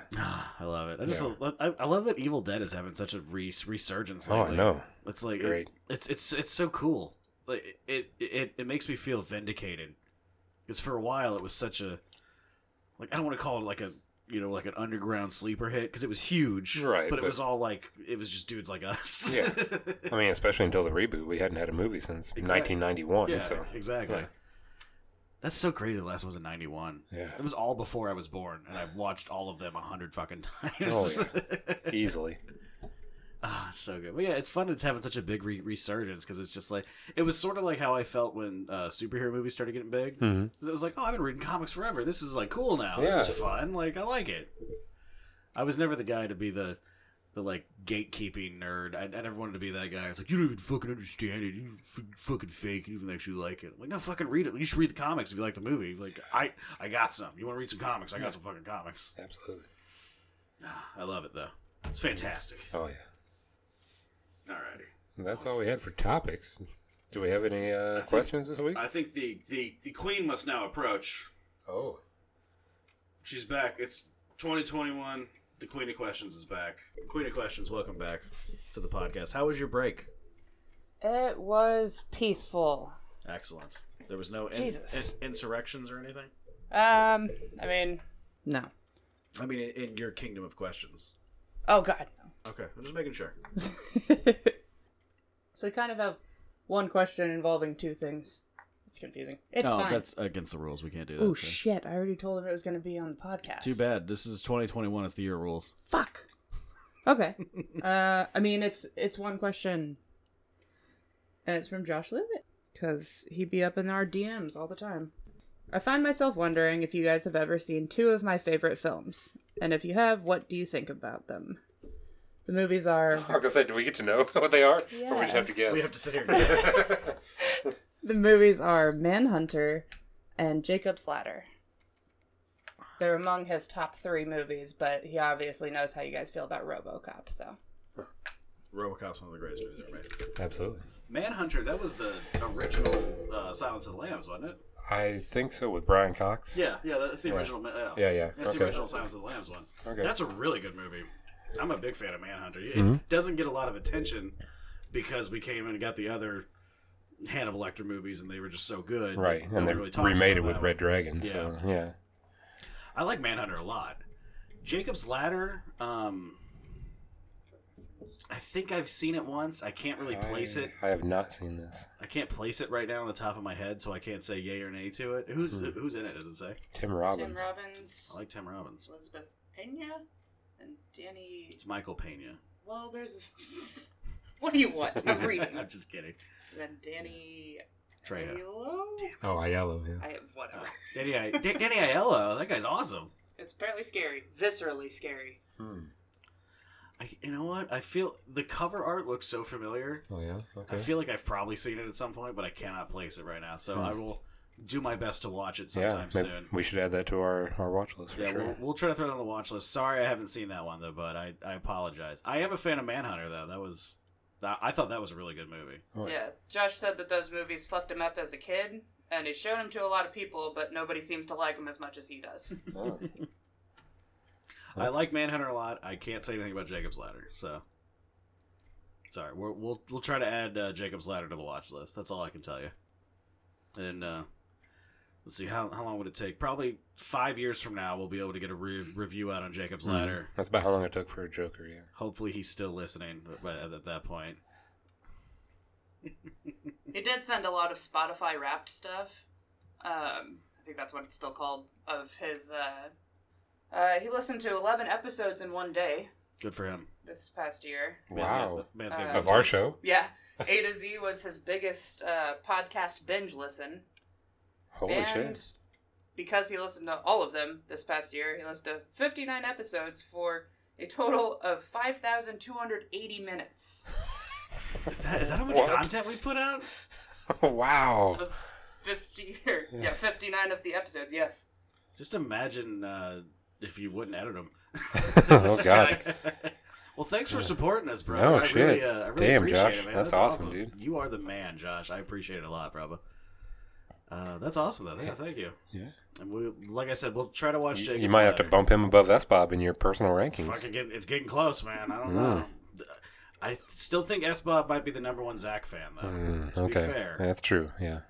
I love it. I just Yeah. lo- I, I love that Evil Dead is having such a re- resurgence. Oh, I lately. know. It's like It's great. it- it's it's it's so cool. Like it it it makes me feel vindicated because for a while it was such a like I don't want to call it like a you know like an underground sleeper hit because it was huge, Right, But it but- was all like it was just dudes like us. Yeah. I mean, especially until the reboot. We hadn't had a movie since Exactly. 1991, Yeah, so... exactly. yeah. That's so crazy. The last one was in '91. Yeah, It was all before I was born, and I've watched all of them a hundred fucking times. Oh, easily. Ah, so good. But yeah, it's fun. It's having such a big re- resurgence because it's just like it was sort of like how I felt when uh, superhero movies started getting big. Mm-hmm. 'Cause It was like, oh, I've been reading comics forever. This is like cool now. This is Yeah. fun. Like I like it. I was never the guy to be the the like gatekeeping nerd. I, I never wanted to be that guy. It's like you don't even fucking understand it. You f- fucking fake. You even actually like it. I'm like no, fucking read it. You should read the comics if you like the movie. Like I I got some. You want to read some comics? I got some fucking comics. Absolutely. Ah, I love it though. It's fantastic. Oh, yeah. Alrighty. That's all we had for topics. Do we have any uh, questions this week? I think the, the, the queen must now approach. oh, She's back. It's 2021. The queen of questions is back. Queen of questions, welcome back to the podcast. How was your break? It was peaceful. Excellent. There was no in, Jesus. in- insurrections or anything. Um, I mean, no. I mean, in, in your kingdom of questions. Oh God. Okay, I'm just making sure. so we kind of have one question involving two things. It's confusing. It's fine. against the rules. We can't do Oh shit! I already told him it was going to be on the podcast. Too bad. This is 2021. It's the year rules. Fuck. Okay. uh, I mean, it's it's one question, and it's from Josh Levitt because he be up in our DMs all the time. I find myself wondering if you guys have ever seen two of my favorite films, and if you have, what do you think about them? The movies are I was gonna say, do we get to know what they are, or we just have to Yes. guess? We have to sit here. and guess. the movies are Manhunter and Jacob's Ladder. They're among his top three movies, but he obviously knows how you guys feel about RoboCop, so. Robocop's one of the greatest movies ever made. Absolutely. Manhunter. That was the original uh, Silence of the Lambs, wasn't it? I think so with Brian Cox. Yeah, yeah, that's the original. Yeah, Yeah, yeah, That's the okay. original Silence of the Lambs one. Okay. Mm-hmm. That's a really good movie. I'm a big fan of Manhunter. It doesn't get a lot of attention because we came and got the other Hannibal Lecter movies, and they were just so good. Right, No one and they really talks remade about it with that Red one. Dragon. So yeah, I like Manhunter a lot. Jacob's Ladder. Um, I think I've seen it once. I can't really place I, it. I have not seen this. I can't place it right now on the top of my head, so I can't say yay or nay to it. Who's Hmm. who's in it? Does it say? Tim Robbins. Tim Robbins, I like Tim Robbins. Elizabeth Pena, and Danny. It's Michael Pena. Well, there's. what do you want? I'm reading. I'm just kidding. And then Danny. Trejo. Aiello? Oh, Aiello. Yeah. I whatever. Danny, I- Da- Danny Aiello. That guy's awesome. It's apparently scary, viscerally scary. Hmm. I, you know what? I feel the cover art looks so familiar. Oh yeah. Okay. I feel like I've probably seen it at some point, but I cannot place it right now. So Hmm. I will do my best to watch it yeah. sometime maybe soon. We should add that to our our watch list for yeah, sure. we'll, we'll try to throw it on the watch list. Sorry, I haven't seen that one though, but I, I apologize. I am a fan of Manhunter though. That was I I thought that was a really good movie. Oh, Yeah, Josh said that those movies fucked him up as a kid, and he's shown him to a lot of people, but nobody seems to like him as much as he does. Oh. I like Manhunter a lot. I can't say anything about Jacob's Ladder, so sorry. We're, we'll we'll try to add uh, Jacob's Ladder to the watch list. That's all I can tell you. And uh, let's see how how long would it take? Probably five years from now, we'll be able to get a re- review out on Jacob's Hmm. Ladder. That's about how long it took for a Joker. Yeah. Hopefully, he's still listening but- but at, at that point. he did send a lot of Spotify wrapped stuff. Um, I think that's what it's still called. Of his, uh, uh, he listened to eleven episodes in one day Good for him. this past year. Man's got- Wow. man's got Uh, good Of our taste. show. Yeah, A to Z was his biggest uh, podcast binge listen. Holy and shit. because he listened to all of them this past year, he listened to 59 episodes for a total of 5,280 minutes Is that, is that how much What? content we put out? wow. of 50 or, yeah 59 of the episodes. Yes. Just imagine uh, if you wouldn't edit them. oh god. Yikes. Well, thanks for supporting us, bro. No I shit. Really, uh, I really Damn, appreciate Josh. It, man. That's awesome, dude. You are the man, Josh. I appreciate it a lot, brother. Uh, that's awesome, though. Yeah, thank you. Yeah. And we, like I said, we'll try to watch. You, Jacob's you might have to Ladder. bump him above S Bob in your personal rankings. Fucking getting, it's getting close, man. I Mm. don't know. I still think S Bob might be the number one Zach fan, though. Mm, to okay. be fair, That's true. Yeah.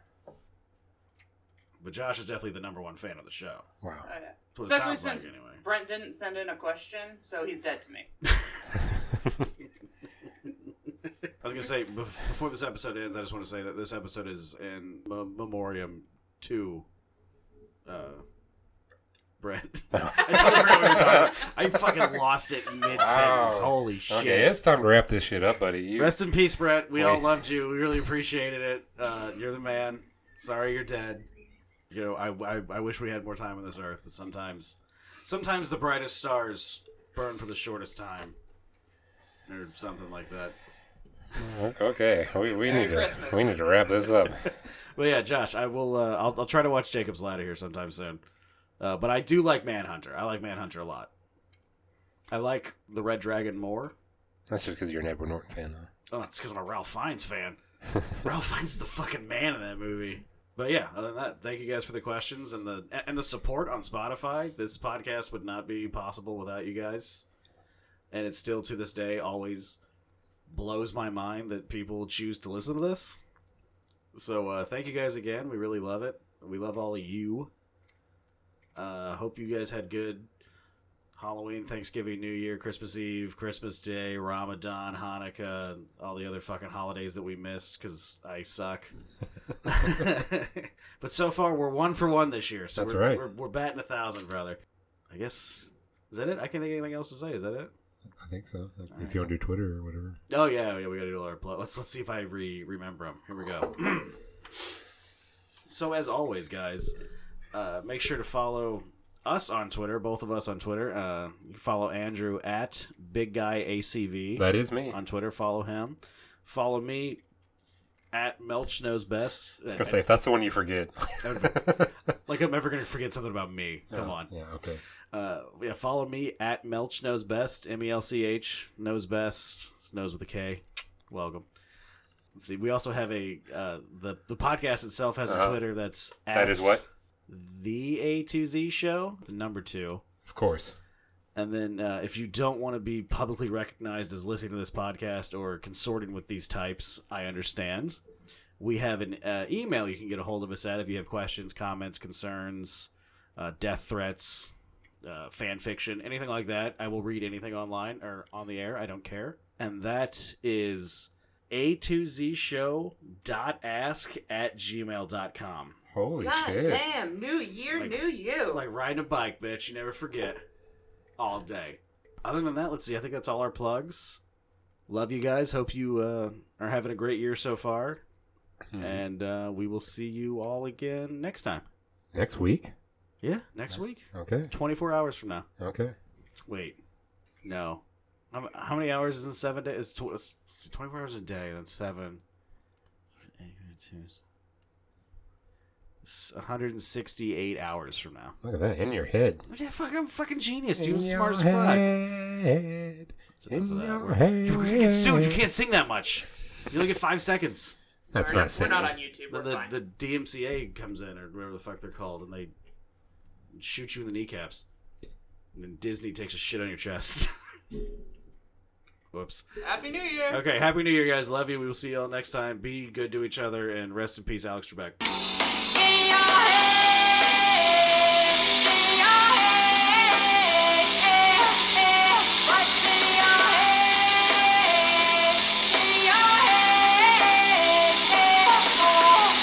but Josh is definitely the number one fan of the show. Wow. Oh, yeah. That's what it Especially sounds since like, anyway. Brent didn't send in a question, so he's dead to me. I was gonna say bef- before this episode ends, I just want to say that this episode is in m- memoriam to uh, Brent. I totally forgot what you're talking. about. I fucking lost it mid sentence. Wow. Holy shit! Okay, it's time to wrap this shit up, buddy. You, Rest in peace, Brett. We all Wait. loved you. We really appreciated it. Uh, you're the man. Sorry you're dead. You know, I, I I wish we had more time on this earth, but sometimes, sometimes the brightest stars burn for the shortest time, or something like that. okay, we, we Merry need to Christmas. we need to wrap this up. Well, yeah, Josh, I will. Uh, I'll, I'll try to watch Jacob's Ladder here sometime soon. Uh, but I do like Manhunter. I like Manhunter a lot. I like the Red Dragon more. That's just because you're an Edward Norton fan, though. Oh, it's because I'm a Ralph Fiennes fan. Ralph Fiennes is the fucking man in that movie. But yeah, other than that, thank you guys for the questions and the and the support on Spotify. This podcast would not be possible without you guys, and it still to this day always blows my mind that people choose to listen to this. So uh, thank you guys again. We really love it. We love all of you. Uh, hope you guys had good Halloween, Thanksgiving, New Year, Christmas Eve, Christmas Day, Ramadan, Hanukkah, and all the other fucking holidays that we missed because I suck. but so far, we're one for one this year. So That's we're, right. We're, we're batting a thousand, brother. I guess. Is that it? I can't think of anything else to say. Is that it? I think so. if you want to do Twitter or whatever. Oh yeah, yeah, we gotta do our plug. Let's let's see if I re remember them. Here we go. so as always, guys, uh, make sure to follow us on Twitter. Both of us on Twitter. Uh, you can follow Andrew at Big Guy ACV That is me. on Twitter. Follow him. Follow me at Melch Knows Best. I Uh, was gonna say if that's the one you forget. like I'm ever gonna forget something about me. Come on. Yeah. Okay. Uh, yeah, follow me at Melch Knows Best, M E L C H Knows Best, Knows with a K. Welcome. Let's see. We also have a uh, the the podcast itself has a Uh-huh. Twitter that's at That is what. the A to Z Show, the number two. Of course. And then uh, if you don't want to be publicly recognized as listening to this podcast or consorting with these types, I understand. We have an uh, email you can get a hold of us at if you have questions, comments, concerns, uh, death threats, uh, fan fiction, anything like that. I will read anything online or on the air. I don't care. and that is a2z show dot ask at gmail.com. Holy God shit. damn! New year, Like- new you. Like riding a bike, bitch. You never forget. All day. Other than that, let's see. I think that's all our plugs. Love you guys. Hope you uh, are having a great year so far. Mhm. And uh, we will see you all again next time. Next week? Yeah, next week. Okay. 24 hours from now. Okay. Wait. No. How, how many hours is in seven days? It's, tw- it's 24 hours a day, and that's seven. It's 168 hours from now. Look at that. In your head. Yeah, fuck, I'm a fucking genius, dude. In I'm smart your as fuck. head. That's enough in of that. your We're- You're gonna get sued. You head. can't sing that much. You only get five seconds. That's We're not We're singing. not on YouTube. The, We're the, fine. the DMCA comes in, or whatever the fuck they're called, and they shoot you in the kneecaps. And then Disney takes a shit on your chest. Whoops. Happy New Year. Okay, happy new year, guys. Love you. We will see you all next time. Be good to each other and rest in peace, Alex Trebek. Hey, I